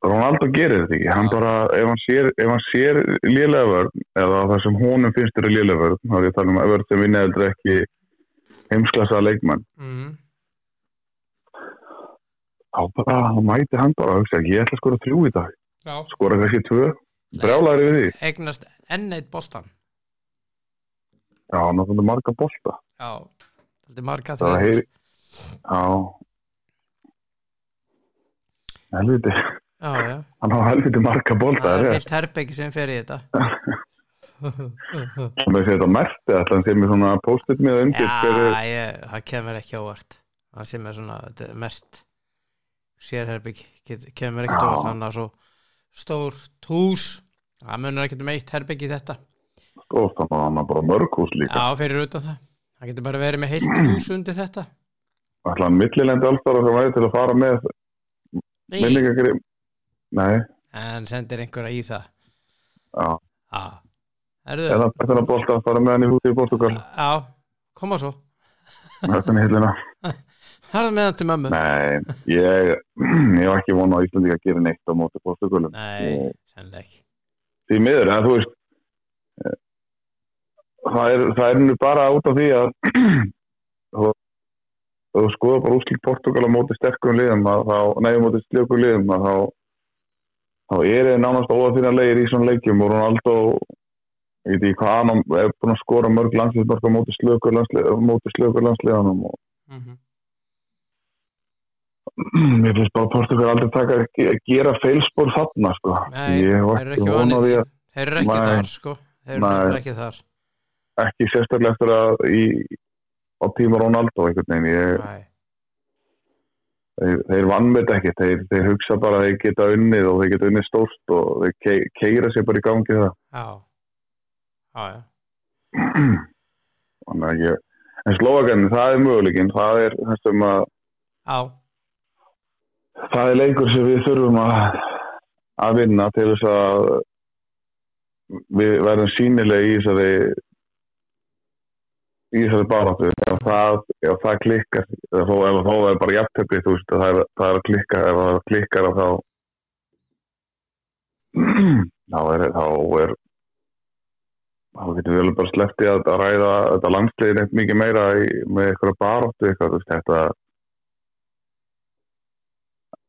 [SPEAKER 2] Ronaldo gerir þetta ekki hann
[SPEAKER 1] Já.
[SPEAKER 2] bara, ef hann sér, ef hann sér liðlega vörn, eða það sem honum finnst eru liðlega vörn, þá er ég að tala um að vörn sem vinna heldur ekki heimsklassa leikmann
[SPEAKER 1] mm.
[SPEAKER 2] þá bara, þá mæti hann bara og hugsa, ég ætla að skora þrjú í dag
[SPEAKER 1] já.
[SPEAKER 2] skora kannski tvö, brjálæður yfir því
[SPEAKER 1] Eignast enn eitt bóstan.
[SPEAKER 2] já, náttúrulega marga bolta
[SPEAKER 1] Já, þetta er marga
[SPEAKER 2] það
[SPEAKER 1] þegar.
[SPEAKER 2] heyri já helviti,
[SPEAKER 1] Já, já.
[SPEAKER 2] hann á helviti marga bolta
[SPEAKER 1] Það
[SPEAKER 2] það
[SPEAKER 1] er
[SPEAKER 2] er
[SPEAKER 1] heilt herbyggi sem fer í þetta.
[SPEAKER 2] það með þetta merti, ætla hann sé mér svona post-it með undir fyrir,
[SPEAKER 1] já, ég, það kemur ekki ávart. Það sem er svona, þetta er mert sérherbyggi, get- kemur ekkert
[SPEAKER 2] Já.
[SPEAKER 1] ávart. Þannig að svo stórt hús, það munur ekkert um eitt herbyggi í þetta.
[SPEAKER 2] og þannig að sko, hann á bara mörghús líka
[SPEAKER 1] Já, fyrir utan það. Það getur bara verið með heilt hús undir þetta.
[SPEAKER 2] ætla hann millilendi alltaf sem væri til að fara með
[SPEAKER 1] Nei.
[SPEAKER 2] minningagrim nei,
[SPEAKER 1] En sendir einhverja í það.
[SPEAKER 2] já,
[SPEAKER 1] Já. Erðu?
[SPEAKER 2] eða þetta bolta að fara með hann í húti í Portugal
[SPEAKER 1] Já, koma svo.
[SPEAKER 2] þetta er hillina
[SPEAKER 1] Harðu með hann til mömmu.
[SPEAKER 2] Nei, ég, ég var ekki vona á Íslandi að gera neitt á móti postugulum.
[SPEAKER 1] Nei, sennilega ekki.
[SPEAKER 2] Því miður, en þú veist, eh, það er, það er nú bara út af því að þú- ef þú skoða bara úslit Portugal á móti sterkum liðum að þá, nei, á móti slökum liðum að þá, þá er þið nánast óafýrjanlegir í svona leikjum og Ronaldo ég veit ekki hvað annan er búin að skora mörg landsliðsmörg á móti slökur landsliðanum og
[SPEAKER 1] mm -hmm.
[SPEAKER 2] mér finnst bara Portugal aldrei taka að gera feilspor þarna sko.
[SPEAKER 1] Nei,
[SPEAKER 2] ég
[SPEAKER 1] þeir
[SPEAKER 2] var
[SPEAKER 1] eru
[SPEAKER 2] ekki
[SPEAKER 1] ekki
[SPEAKER 2] vona
[SPEAKER 1] vanið
[SPEAKER 2] því
[SPEAKER 1] því.
[SPEAKER 2] að
[SPEAKER 1] Þeir eru ekki
[SPEAKER 2] Nei.
[SPEAKER 1] þar sko. Þeir eru
[SPEAKER 2] Nei.
[SPEAKER 1] nefnilega ekki þar.
[SPEAKER 2] ekki sérstaklega eftir að í, á tíma Ronaldo einhvern veginn ég,
[SPEAKER 1] Nei.
[SPEAKER 2] þeir, þeir vannmeta ekki þeir, þeir hugsa bara að þeir geta unnið og þeir geta unnið stórt og þeir ke, keira sér bara í gangi það
[SPEAKER 1] Já. Já, já.
[SPEAKER 2] Þannig að ég, en Slovakarnir, það er möguleikinn það er þessum að
[SPEAKER 1] Já,
[SPEAKER 2] það er leikur sem við þurfum að að vinna til þess að við verðum sínilega í þessari í þessari baráttu ef það, ef það klikkar eða þó, ef þá er bara jafntöfli þú veist, það er, það er að klikka ef það klikkar að þá þá er þá er þá getum við alveg bara sleppti að, að ræða þetta landsliðin eitt mikið meira í, með eitthvað baráttu eitthvað, þú veist, þetta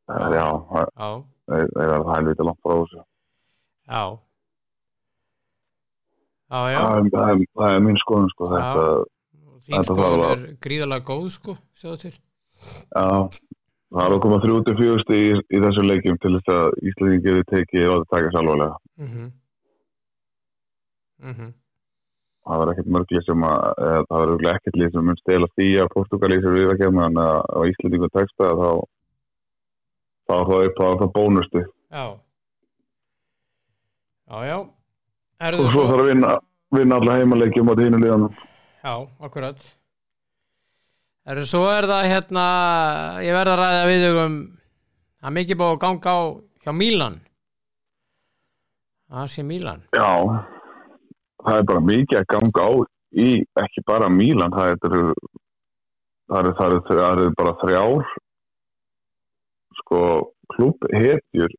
[SPEAKER 2] það- já, það
[SPEAKER 1] já,
[SPEAKER 2] Nei, nei, það er helviti langt frá þessu.
[SPEAKER 1] já. Já, já.
[SPEAKER 2] Það er, það er, það er mín skoðun, sko, þetta,
[SPEAKER 1] Þín
[SPEAKER 2] þetta
[SPEAKER 1] skoðun
[SPEAKER 2] var-
[SPEAKER 1] er gríðalega góð sko, sjáðu til.
[SPEAKER 2] já, það er að koma 34 stig í, í þessu leikjum til þess að Íslandin getur tekið og það takast alvarlega.
[SPEAKER 1] Mm -hmm. Mm -hmm.
[SPEAKER 2] Það verður ekkert mörglið sem að, eða, það verður örugglega ekkert lið sem mun stela því að Portugali sem við að kemna, en að á Íslandingu texta þá, þá er það upp á það bónusti.
[SPEAKER 1] Já. Já, já. Erðu
[SPEAKER 2] Og svo þarf að vinna, vinna alla heimaleikjum á þínu liðanum.
[SPEAKER 1] Já, akkurat Erðu, svo er það hérna ég verð að ræða við þau um að mikið búið að ganga á hjá Mílan Það sé Mílan
[SPEAKER 2] Já, það er bara mikið að ganga á í, ekki bara Mílan, það eru það eru, það eru, það eru bara þrjár sko klubbhetjur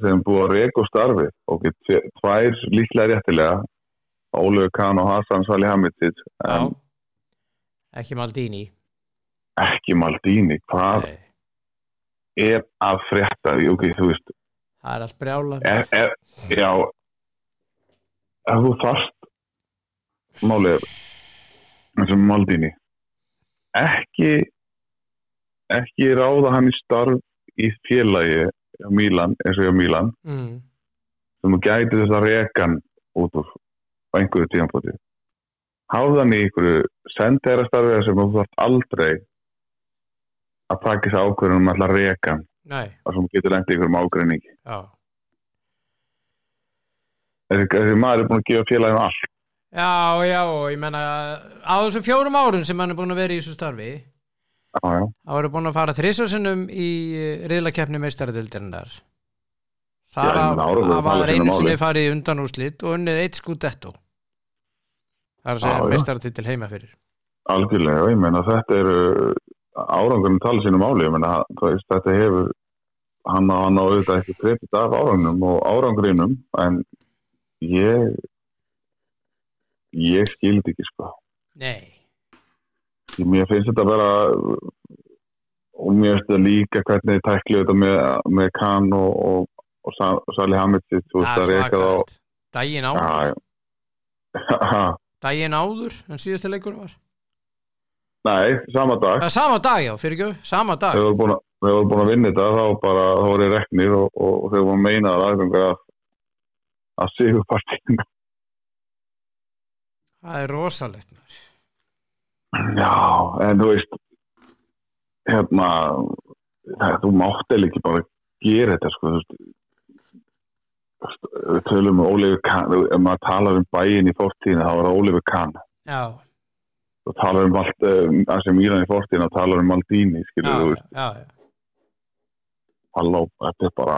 [SPEAKER 2] sem er búið að reka og starfi og get tvær líklega réttilega Ólegu Kahn og Hassan Salihamidzic
[SPEAKER 1] Já,
[SPEAKER 2] en
[SPEAKER 1] ekki Maldini
[SPEAKER 2] ekki Maldini hvað
[SPEAKER 1] Nei,
[SPEAKER 2] er að frétta því, ok, þú veist
[SPEAKER 1] Það er allt brjála
[SPEAKER 2] er, er, já ef þú þarft málið er, eins og með Maldini ekki ekki ráða hann í starf í félagi á Mílan, eins og hjá Mílan
[SPEAKER 1] mm.
[SPEAKER 2] sem þú gæti þess að rekan út úr á einhverju tímanfóti hafða hann í einhverju sendera starfið sem þú þarft aldrei að taka þess ákvörðunum alltaf rekan
[SPEAKER 1] Nei,
[SPEAKER 2] og sem getur lendið í einhverjum ágreiningi
[SPEAKER 1] já
[SPEAKER 2] þessi, þessi maður er búin að gefa félaginu allt
[SPEAKER 1] Já, já, og ég menna á þessum fjórum árum sem hann er búin að vera í þessu starfi
[SPEAKER 2] Já, já.
[SPEAKER 1] þá eru búin að fara þrísvarsinnum í eh, riðlakeppni meistaradildarinnar
[SPEAKER 2] Já,
[SPEAKER 1] þar
[SPEAKER 2] ég
[SPEAKER 1] af
[SPEAKER 2] meina, árangur
[SPEAKER 1] af að
[SPEAKER 2] talar sínu
[SPEAKER 1] einu
[SPEAKER 2] máli.
[SPEAKER 1] sinni farið undan úrslit og unnið eitt skúdettó það er að
[SPEAKER 2] Já,
[SPEAKER 1] segja
[SPEAKER 2] já.
[SPEAKER 1] meistaradildil heima fyrir
[SPEAKER 2] Algjörlega, ég meina þetta er árangurinn tala sínum máli, ég meina það- þú veist, þetta hefur hann á hann á auðvitað ekki krepit af árangnum og árangurinnum en ég ég skildi ekki sko
[SPEAKER 1] nei,
[SPEAKER 2] Ég- mér finnst þetta bara og mér finnst þetta líka hvernig þið tæklu þetta með, með Kahn og, og, og Sa- Sali Hamidsi þú veist
[SPEAKER 1] það
[SPEAKER 2] að
[SPEAKER 1] er
[SPEAKER 2] reyka þá
[SPEAKER 1] svakalegt daginn
[SPEAKER 2] Já,
[SPEAKER 1] áður,
[SPEAKER 2] já. Haha.
[SPEAKER 1] daginn áður en síðasta leikunum var
[SPEAKER 2] Nei, sama dag
[SPEAKER 1] það er sama dag já, fyrir ekki, sama dag
[SPEAKER 2] þegar við vorum búin að- þegar við vorum búin að vinna þetta þá bara, þá voru ég reknir og, og, og þegar voru meinaðar aðgöngar að, að sigur partíinu
[SPEAKER 1] það er rosalegt maður.
[SPEAKER 2] já, en þú veist hérna það, þú mátti ekki bara gera þetta sko, þú veist þú veist, við tölum um Ólífi Kahn ef maður talar um bæin í fortíðinu þá var Ólífi Kahn
[SPEAKER 1] já,
[SPEAKER 2] þú talar um allt, um, það sem Íran í fortíðinu þá talar um Maldini,
[SPEAKER 1] já,
[SPEAKER 2] skilur þú veist
[SPEAKER 1] já, já,
[SPEAKER 2] halló, þetta er bara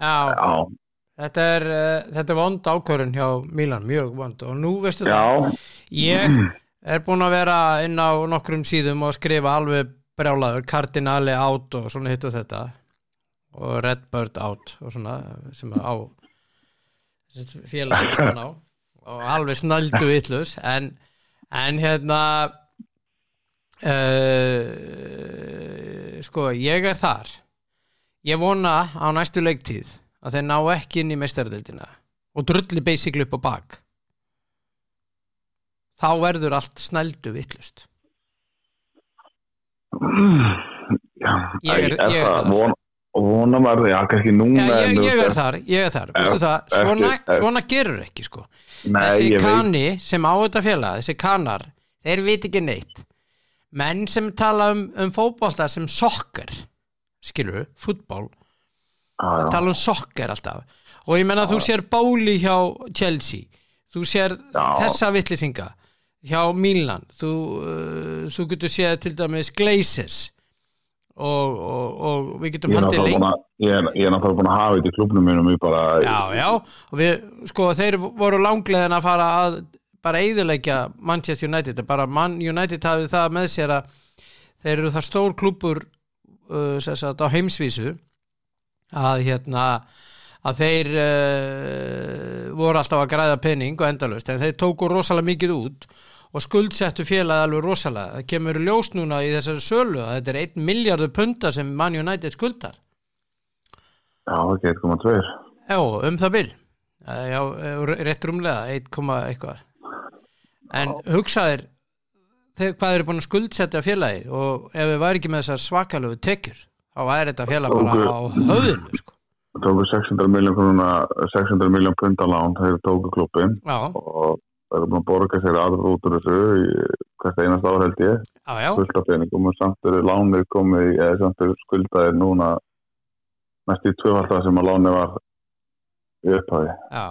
[SPEAKER 1] já.
[SPEAKER 2] já,
[SPEAKER 1] Þetta er, uh, þetta er vond ákvörun hjá Milan, mjög vond og nú veistu það,
[SPEAKER 2] já,
[SPEAKER 1] ég er búinn að vera inn á nokkrum síðum og skrifa alveg brjálaður kardinali out og svona hitt og þetta og redbird out og svona sem á félagiskan á og alveg snældu vittlus en en hérna uh, sko ég er þar ég vona á næstu leiktíð að þeir ná ekki inn í meistaradeildina og drulli basically upp á bak þá verður allt snældu vittlust
[SPEAKER 2] Já,
[SPEAKER 1] Ég er-
[SPEAKER 2] æ,
[SPEAKER 1] ég er
[SPEAKER 2] það
[SPEAKER 1] þar.
[SPEAKER 2] von, vona maður, já, kannski núna
[SPEAKER 1] Já, ég,
[SPEAKER 2] en,
[SPEAKER 1] ég er
[SPEAKER 2] þú veist,
[SPEAKER 1] þar, ég er þar Vistu
[SPEAKER 2] Ef-
[SPEAKER 1] það,
[SPEAKER 2] eftir-
[SPEAKER 1] svona,
[SPEAKER 2] ef-
[SPEAKER 1] svona gerur ekki sko
[SPEAKER 2] Nei,
[SPEAKER 1] Þessi
[SPEAKER 2] ég veit,
[SPEAKER 1] kani sem á þetta félag Þessi kanar, þeir vit ekki neitt Menn sem tala um, um fótbolta sem sokkar Skilur, fútból
[SPEAKER 2] já, já,
[SPEAKER 1] Tala um sokkar alltaf Og ég menna þú sér bóli hjá Chelsea Þú sér
[SPEAKER 2] Já.
[SPEAKER 1] þessa vitlýsinga Hjá Milan Þú, uh, þú getur séð til dæmis Glazers Og, og, og við getum
[SPEAKER 2] ég er
[SPEAKER 1] haldið
[SPEAKER 2] náttúrulega
[SPEAKER 1] lengi
[SPEAKER 2] búin að- ég er- ég er náttúrulega búin að hafa þetta í klubnum mínum í bara,
[SPEAKER 1] já, já, og við, sko, þeir voru langlegin að fara að bara eigðilegja Manchester United bara Man United hafði það með sér að þeir eru það stór klúpur uh, sem sagt á heimsvísu að hérna að þeir uh, voru alltaf að græða pening og endalust en þeir tóku rosalega mikið út og skuldsettu félagi alveg rosalega það kemur í ljós núna í þessari sölu að þetta er 1 miljardur punta sem Man United skuldar
[SPEAKER 2] já, ok, 1,2
[SPEAKER 1] Já, um það bil Eh, Já, eh, rétt rúmlega 1, eitthvað En hugsaðir þeir, hvað þeir eru búin að skuldsetja félagi og ef við væri ekki með þessar svakalöfu tekjur þá væri þetta félag bara á höfðinu sko.
[SPEAKER 2] tóku 600 miljón krona 600 miljón pund á lán þegar þeir tóku klubbin
[SPEAKER 1] Já,
[SPEAKER 2] og þeir eru búin að borga sér aðra út úr þessu í hvert einast ára held ég
[SPEAKER 1] já, já
[SPEAKER 2] fullt af peningum og samt eru lánir komið í- eða samt eru skuldaðir núna næst í tvöfaldra sem að láni var í upphæði
[SPEAKER 1] Já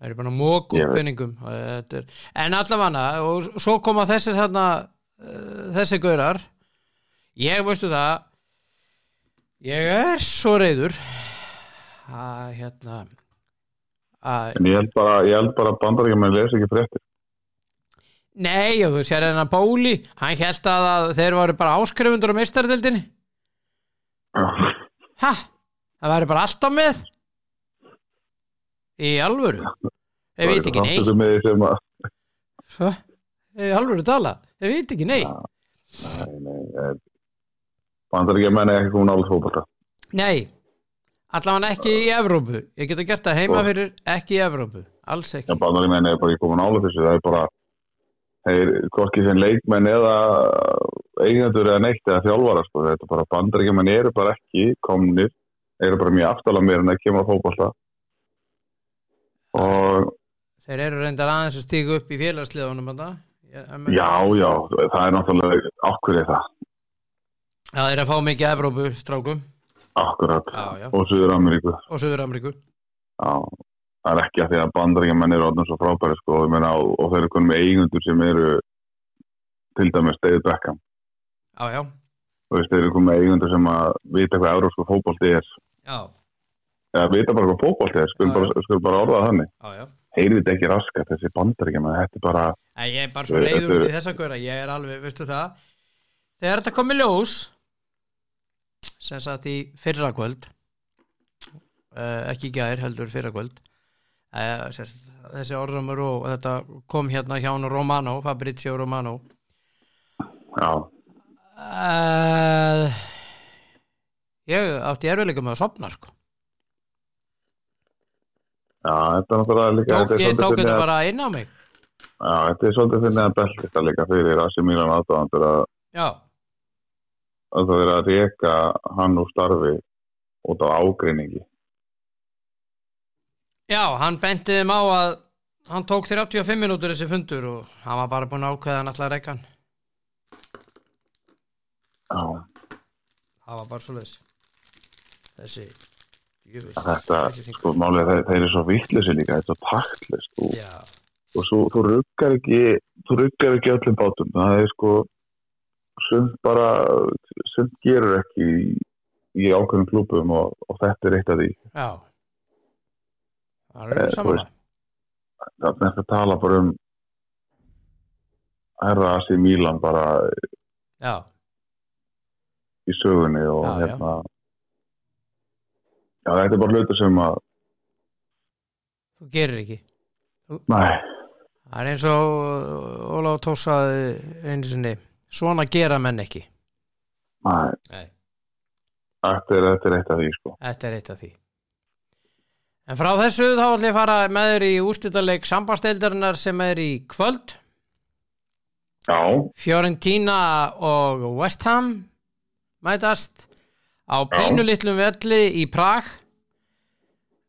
[SPEAKER 1] Það eru bara mók
[SPEAKER 2] Ég
[SPEAKER 1] og
[SPEAKER 2] veit.
[SPEAKER 1] penningum er... En allavega og s- svo koma þessi þarna uh, þessi gaurar ég veistu það ég er svo reyður að hérna að
[SPEAKER 2] en ég held bara, ég held bara að bandaríkjum en lesi ekki fréttir
[SPEAKER 1] nei og þú sér hennar Bóli hann held að, að þeir varu bara áskrifundur á meistardildinni
[SPEAKER 2] Já.
[SPEAKER 1] ha, það væri bara alltaf með í alvöru ég veit ekki neitt
[SPEAKER 2] Þáttöku með því sem að-
[SPEAKER 1] Svo, ég alveg að tala, ég veit ekki neitt.
[SPEAKER 2] Nei, nei, nei. bandaríkjum en ekki komin alveg fókbalta
[SPEAKER 1] Nei, allavega ekki í Evrópu. Ég geta gert það heima
[SPEAKER 2] Sko.
[SPEAKER 1] fyrir, ekki í Evrópu. Alls
[SPEAKER 2] Já,
[SPEAKER 1] ekki.
[SPEAKER 2] bandaríkmenn er bara ekki komin álega þessu, það er bara þeir, hvorki sem leikmenn eða eigendur eða neitt eða þjálfara, sko, þetta er bara bandaríkmenn eru bara ekki komnir, eru bara mjög aftala mér en það kemur að fókbalta og
[SPEAKER 1] Þeir eru reyndar aðeins að stíga upp í félagsliðunum að það.
[SPEAKER 2] já, já, það er náttúrulega okkur er það,
[SPEAKER 1] Það er að fá mikið Evrópu strákum
[SPEAKER 2] akkurat
[SPEAKER 1] Já, já.
[SPEAKER 2] og Suður Ameríku,
[SPEAKER 1] og Suður-Ameríku.
[SPEAKER 2] já það er ekki að því að bandaríkmenn eru orðin svo frábæri, sko, og, meina, og, og þeir eru konum með eigendur sem eru til dæmis David Beckham
[SPEAKER 1] Já, já,
[SPEAKER 2] og veist, þeir eru komið eigundur sem að vita hvað európsku fótbolti er
[SPEAKER 1] já,
[SPEAKER 2] eða vita bara hvað fótbolti er skulum
[SPEAKER 1] Já, já.
[SPEAKER 2] bara, skulum bara orða það þannig
[SPEAKER 1] já, já.
[SPEAKER 2] heyrið þetta ekki raskat þessi bandaríkjum þetta er bara,
[SPEAKER 1] En ég er bara svo
[SPEAKER 2] Þetta
[SPEAKER 1] reyður
[SPEAKER 2] er-
[SPEAKER 1] út í þessa góra. Ég er alveg, veistu það, þegar þetta komið ljós, sem sagt í fyrrakvöld, uh, ekki í gær heldur fyrrakvöld, uh, sagt, þessi orðumur og þetta kom hérna hjá hann Romano, Fabrizio Romano,
[SPEAKER 2] já,
[SPEAKER 1] uh, ég átti erfiðlega með að sopna, sko.
[SPEAKER 2] já, þetta er náttúrulega líka
[SPEAKER 1] Tók,
[SPEAKER 2] þetta
[SPEAKER 1] ég tók
[SPEAKER 2] er svolítið
[SPEAKER 1] þetta
[SPEAKER 2] finniða-
[SPEAKER 1] bara inn á mig.
[SPEAKER 2] já, þetta er svolítið þinn eða belt þetta líka fyrir Asi Mílan aðdáðandur að,
[SPEAKER 1] Já,
[SPEAKER 2] að það er að reka hann úr starfi út á ágreiningi
[SPEAKER 1] já, hann benti þeim á að hann tók 35 minútur þessi fundur og hann var bara búin að ákveða hann alltaf reikann.
[SPEAKER 2] já,
[SPEAKER 1] það var bara svo leiðis þessi jöfis,
[SPEAKER 2] þetta,
[SPEAKER 1] þessi-
[SPEAKER 2] sko, málið er að þeir, þeir eru svo vittlösi líka, þetta er svo taktlist og
[SPEAKER 1] já,
[SPEAKER 2] og svo, þú ruggar ekki þú ruggar ekki öllum bátum það er sko sumt bara, sumt gerur ekki í, í ákveðnum klúpum og, og þetta er eitt af því
[SPEAKER 1] já það er
[SPEAKER 2] Eh,
[SPEAKER 1] við saman
[SPEAKER 2] þú það er að tala bara um herra Asi Mílan bara
[SPEAKER 1] já,
[SPEAKER 2] í sögunni og
[SPEAKER 1] Já, já.
[SPEAKER 2] hérna já. þetta er bara hlutur sem að
[SPEAKER 1] þú gerir ekki
[SPEAKER 2] nei,
[SPEAKER 1] Það er eins og uh, Ólaf Tósaði einu sinni, svona gera menn ekki.
[SPEAKER 2] Nei.
[SPEAKER 1] Nei.
[SPEAKER 2] Þetta er, þetta er eitt af því sko.
[SPEAKER 1] Þetta er eitt af því. En frá þessu þá ætlum ég að fara með þér í úrstildaleik sambasteldarinnar sem er í kvöld.
[SPEAKER 2] Já,
[SPEAKER 1] Fiorentina og West Ham mætast á pínulitlum velli í Prag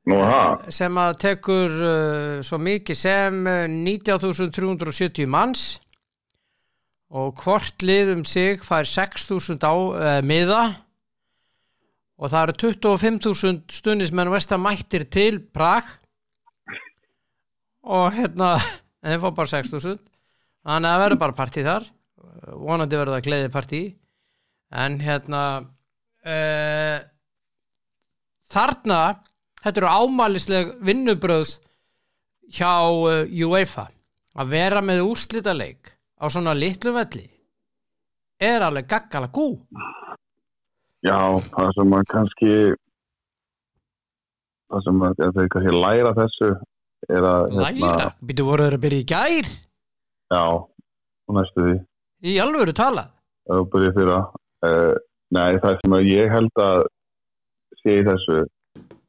[SPEAKER 2] nú það.
[SPEAKER 1] sem að tekur uh, svo mikið sem uh, 19.370 manns og hvort lið um sig fær 6.000 á uh, miða og það eru 25.000 stunismenn Vesta mættir til Prag og hérna en þeir fá bara 6.000 þannig að það verður bara partí þar Uh, vonandi verður það gleðið partí en hérna uh, þarna þetta eru ámælisleg vinnubröð hjá uh, UEFA að vera með úrslitaleik á svona litlu velli er alveg gaggala gú
[SPEAKER 2] Já, það sem að kannski, það sem að að þau kannski læra þessu er að... hérna,
[SPEAKER 1] læra, býtu voru þeir að byrja í gær
[SPEAKER 2] Já, og næstu því.
[SPEAKER 1] í alvöru tala
[SPEAKER 2] ef þú byrjir fyrra uh, nei, það sem að ég held að sé í þessu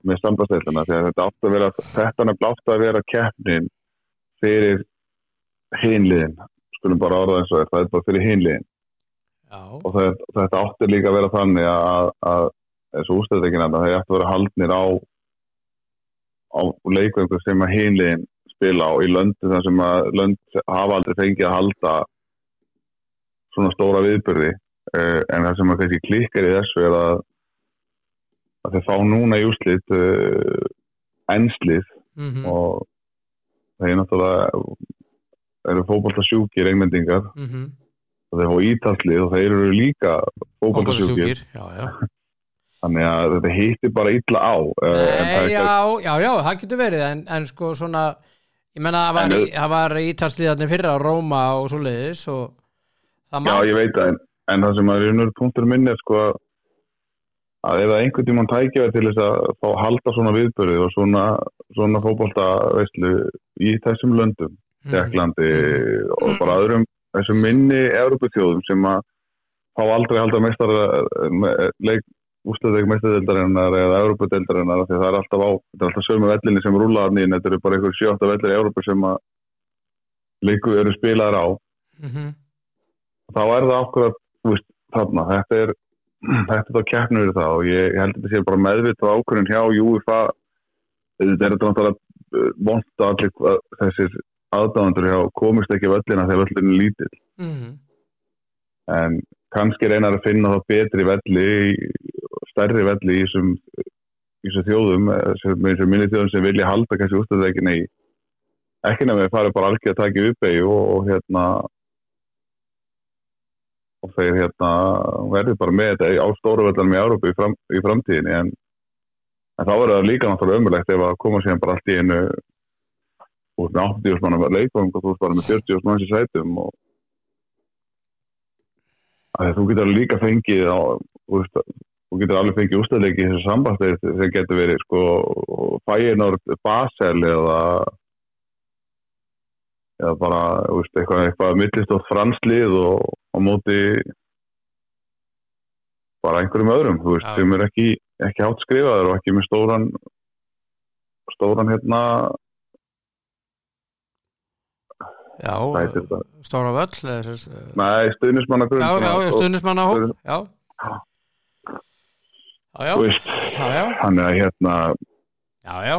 [SPEAKER 2] með stambasteilina, þegar þetta átt að vera þetta nefnilega átt að vera keppnin fyrir hinliðin, skulum bara orða eins og er það er bara fyrir hinliðin
[SPEAKER 1] já,
[SPEAKER 2] og það, þetta átti líka að vera þannig að, að þessu ústæðdegin að það ætti hérna, að vera haldnir á á leikvöngu sem að hinliðin spila á í löndu þar sem að lönd hafa aldrei fengið að halda svona stóra viðbyrði uh, en það sem að kannski klikkar í þessu er að, að þeir fá núna í úslit uh, ennslið
[SPEAKER 1] mm -hmm.
[SPEAKER 2] og það er náttúrulega eru fótbolta sjúkir englendingar
[SPEAKER 1] mhm.
[SPEAKER 2] og þeir fá ítalslið og þeir eru líka fótbolta sjúkir
[SPEAKER 1] já, já
[SPEAKER 2] þannig að þetta hittir bara illa á eh, en það
[SPEAKER 1] Nei,
[SPEAKER 2] er
[SPEAKER 1] já,
[SPEAKER 2] ekki-
[SPEAKER 1] já, já, það getur verið en, en sko svona ég menna það var,
[SPEAKER 2] En-
[SPEAKER 1] í, það var ítalsliðarnir fyrra á Róma og svo leiðis og það
[SPEAKER 2] Já,
[SPEAKER 1] má
[SPEAKER 2] ég veit það, en, en það sem að raunur punktur minn er sko að- að ef það einhvern tímann tækjaði til þess að fá halda svona viðbörði og svona, svona fótbolta veistlu í þessum löndum,
[SPEAKER 1] Mm. Mhm,
[SPEAKER 2] Tjekklandi og bara öðrum þessum minni Európa-þjóðum sem að fá aldrei að halda mestar leik ústöðveik mestadeildarinnar eða Európa-deildarinnar því að það er alltaf á, þetta er alltaf sömu vellinni sem rúla hann í, þetta eru bara einhver sjóta vellir í Európa sem að leiku eru spilaðar á
[SPEAKER 1] mm -hmm.
[SPEAKER 2] þá er það okkur að veist, þarna, þetta er þetta er þá keppnur í það og ég, ég held að þetta sé bara meðvitað ákvörðin hjá Júfa þetta er þetta náttúrulega eh, vont að allir að þessir aðdáðandur hjá komist ekki á völlina þegar völlin er lítill
[SPEAKER 1] Mm -hmm.
[SPEAKER 2] en kannski reynar að finna þá betri velli stærri velli í þessum í þessum þjóðum, eh, sem, eins og minni þjóðum sem vilja halda kannski ústæðveikinni í ekki nefnir að fara bara algjör að taka upp eigi og, og hérna og þeir hérna verður bara með þetta á stóru vellanum í Európu í, fram, í framtíðinni en, en þá verður það líka náttúrulega ömulegt ef að koma síðan bara allt í einu út með 80 mann að leikvang og þú ert bara með 40 mann sem sætum og að því að þú getur líka fengið á, úst, þú getur alveg fengið ústæðleiki í þessu sambandstæð sem getur verið sko Feyenoord Basel eða eða bara úst, eitthvað, eitthvað millistótt franslið og á móti bara einhverjum öðrum þú veist,
[SPEAKER 1] Já.
[SPEAKER 2] þeim er ekki, ekki hátt skrifaður og ekki með stóran stóran hérna
[SPEAKER 1] já
[SPEAKER 2] hvað heitir þetta?
[SPEAKER 1] stóra völl eða þess-
[SPEAKER 2] Nei, stuðnismanna
[SPEAKER 1] já, já, já, stuðnismannahóp
[SPEAKER 2] Stuðnis-
[SPEAKER 1] já já, já,
[SPEAKER 2] Þú veist,
[SPEAKER 1] já, já,
[SPEAKER 2] þannig að hérna
[SPEAKER 1] já, já,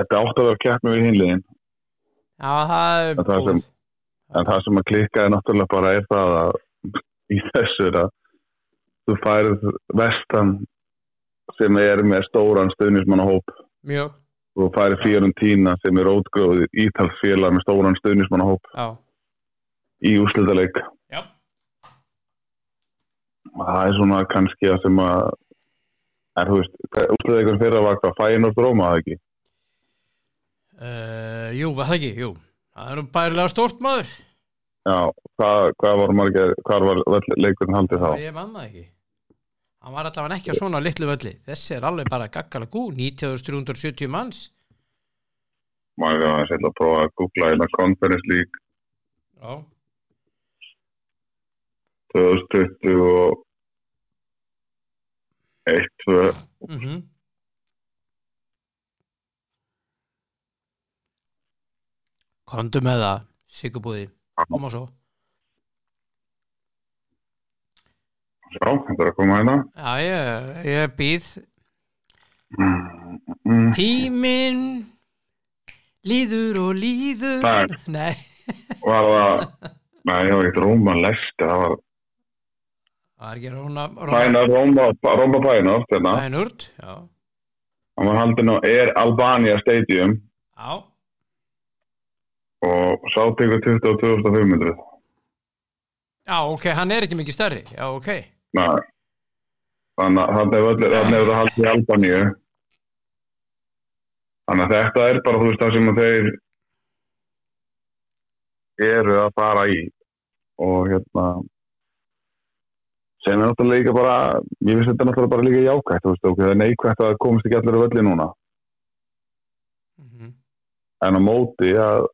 [SPEAKER 2] þetta átt að vera keppni við hinliðin
[SPEAKER 1] já það er
[SPEAKER 2] En það sem-
[SPEAKER 1] búið
[SPEAKER 2] En það sem að klikkaði náttúrulega bara er það að í þessu er að þú færið vestan sem er með stóran stuðnismannahóp
[SPEAKER 1] mjög,
[SPEAKER 2] og þú færið Fiorentina sem er ótgróðið ítalsfélag með stóran stuðnismannahóp
[SPEAKER 1] já
[SPEAKER 2] í úrslitaleik.
[SPEAKER 1] já,
[SPEAKER 2] Og Það er svona kannski að sem að er, þú veist, úrslitaleikur fyrir að vaka fæin og dróma það ekki.
[SPEAKER 1] uh, jú, var það ekki, jú það er nú bærilega stórt maður
[SPEAKER 2] Já, hvað, hvað var margir, hvað var völl- leikurinn haldið þá?
[SPEAKER 1] ég mann það ekki hann var allavega ekki að svona litlu völli þessi er alveg bara gaggala gú 9370 manns
[SPEAKER 2] maður við aðeins ætla að prófa að googla hérna Conference League
[SPEAKER 1] Já,
[SPEAKER 2] 2020 og 1, 2
[SPEAKER 1] mhm Komdu með það, Sigubúði, koma svo
[SPEAKER 2] Já, þetta er að koma hérna
[SPEAKER 1] Já, ég, ég býð
[SPEAKER 2] Mm, mm.
[SPEAKER 1] Tíminn líður og líður
[SPEAKER 2] Nei.
[SPEAKER 1] Nei,
[SPEAKER 2] Var það Nei, það var ekki Róma Lester það var
[SPEAKER 1] það er ekki Róna Róna
[SPEAKER 2] Pæna, Róma, Róma Pæna hérna.
[SPEAKER 1] Bænurt Já,
[SPEAKER 2] hann var haldin á Air Albania Stadium
[SPEAKER 1] já,
[SPEAKER 2] og sá tekur 22.500
[SPEAKER 1] já, ok, hann er ekki mikið stærri Já, ok,
[SPEAKER 2] Nei. þannig að þannig er öllu- þannig er þetta haldið í Albaníu þannig að þetta er bara þú veist það sem að þeir eru að fara í og hérna sem er náttúrulega líka bara ég finnst þetta náttúrulega bara líka jákvætt þú veist, ok, það er neikvætt að komast ekki allir á öllu núna
[SPEAKER 1] mhm,
[SPEAKER 2] en á móti að,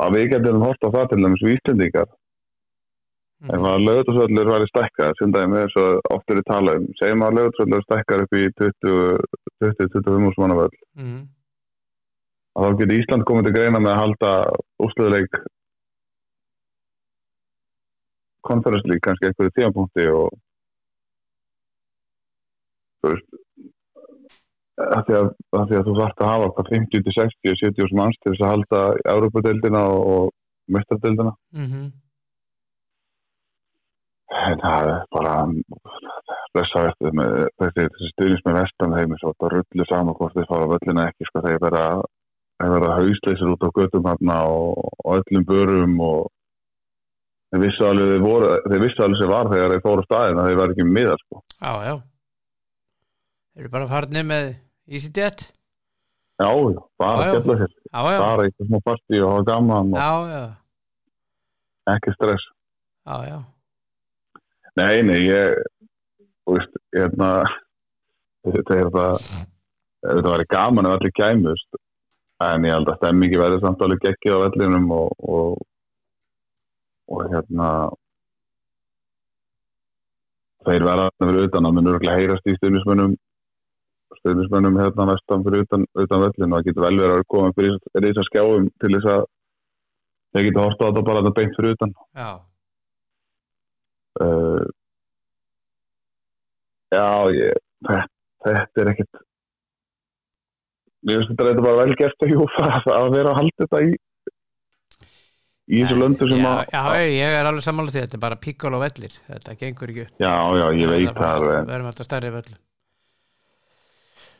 [SPEAKER 2] að við getum hort á það til dæmis við Íslendingar ef
[SPEAKER 1] mhm
[SPEAKER 2] að lögutasvöldur væri stækkað sem dæmi er svo oft eru talað um segjum að lögutasvöldur stækkar upp í 20 20-25 úrs mannavöld
[SPEAKER 1] mhm.
[SPEAKER 2] að þá getur Ísland komið til greina með að halda úrsluðuleik konferenslík kannski einhverju tímapunkti og þú veist af því að, af því að þú þarft að hafa hvað 50 til 60 70 úrs manns til þess að halda Európa-deildina og, og mestradeildina
[SPEAKER 1] mhm
[SPEAKER 2] En það er bara blessaðist með þessi, þessi stuðnins með vestan heimi svo þetta rullu saman hvort þeir fara á völlina eða ekki sko þeir vera þeir vera hausleysir út á göttum hérna og, og öllum börum og þeir vissu alveg þeir, voru, þeir vissu alveg sem var þegar þeir fóru á staðin að þeir verði ekki með það sko
[SPEAKER 1] Já, já Þeir eru bara farnir með EasyJet
[SPEAKER 2] Já, já, bara
[SPEAKER 1] Já, já.
[SPEAKER 2] að skella sér,
[SPEAKER 1] Já, já, já,
[SPEAKER 2] bara í smá partí og hafa gaman og
[SPEAKER 1] já,
[SPEAKER 2] ekki stress
[SPEAKER 1] já, já.
[SPEAKER 2] Nei, nei, ég, þú veist, hérna, þetta er það, þetta væri gaman ef allir kæmu, veist, en ég held að stemmingi verði samt alveg geggið á vellinum og, og, og hérna, þeir verða þarna fyrir utan, það mun örgulega heyrast í stuðnismönnum, stuðnismönnum hérna vestan fyrir utan, utan vellin og það getur vel verið að vera komið fyrir þess að skjáum til þess að þeir getur horta á þetta bara þetta beint fyrir utan
[SPEAKER 1] já.
[SPEAKER 2] uh, já ég, þetta, þetta er ekkert mér finnst þetta reyndar bara vel gert að júfa að vera að halda þetta í í þessu löndu sem
[SPEAKER 1] já,
[SPEAKER 2] að
[SPEAKER 1] já, ég er alveg sammála því, þetta er bara píkól og vellir þetta gengur ekki upp
[SPEAKER 2] já, já, ég veit það alveg en-
[SPEAKER 1] við erum alltaf stærri völl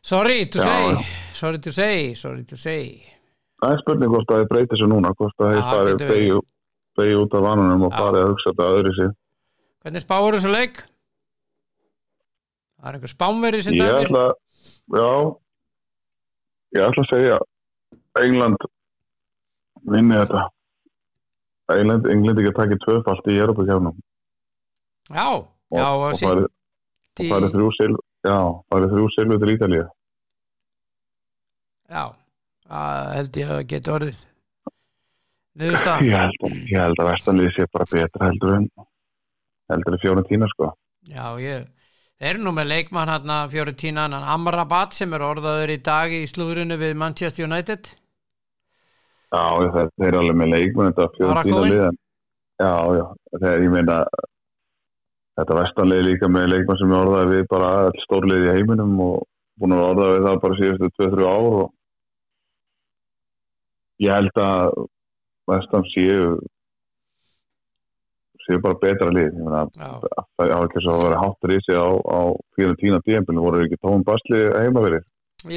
[SPEAKER 1] sorry to
[SPEAKER 2] Já,
[SPEAKER 1] say
[SPEAKER 2] já.
[SPEAKER 1] sorry to say, sorry to say
[SPEAKER 2] það er spurning hvort að þið breytir sér núna hvort að
[SPEAKER 1] Já,
[SPEAKER 2] þið farið
[SPEAKER 1] getur verið.
[SPEAKER 2] beigju beigju út af vanunum og
[SPEAKER 1] Já.
[SPEAKER 2] farið að hugsa þetta öðru sér
[SPEAKER 1] hvernig spáur þessu leik? það er einhver spánveri sem
[SPEAKER 2] ég
[SPEAKER 1] dæmir
[SPEAKER 2] ætla já ég ætla að segja England vinni þetta England, England ekki að taka tvöfalt í Europakefnum
[SPEAKER 1] já, já,
[SPEAKER 2] og,
[SPEAKER 1] og
[SPEAKER 2] og
[SPEAKER 1] City
[SPEAKER 2] farið, og farið þrjú silv já, farið þrjú silvu til Ítalíu
[SPEAKER 1] já, það held ég að geta orðið niðurstað,
[SPEAKER 2] ég held, ég held að vestanlið sé bara betra heldur en heldur en fjóna tína sko
[SPEAKER 1] já, ég þeir eru nú með leikmann hérna fjóri tína hann Amrabat sem er orðaður í dag í slúðrunu við Manchester United
[SPEAKER 2] já, ég- þeir, þeir eru alveg með leikmenn þetta fjóna
[SPEAKER 1] Bara
[SPEAKER 2] tína
[SPEAKER 1] góðir.
[SPEAKER 2] liðan já, já, þegar ég meina þetta vestanlið er líka með leikmenn sem er orðað við bara all stórlið í heiminum og búin að vera orðað við það bara síðustu 2-3 ár og ég held að vestan séu séu bara betra lið ég meina
[SPEAKER 1] já,
[SPEAKER 2] það hafa ekki svo að vera háttur í sig á, á fyrir tína tíðanbílinu voru þeir ekki tóum basli heima verið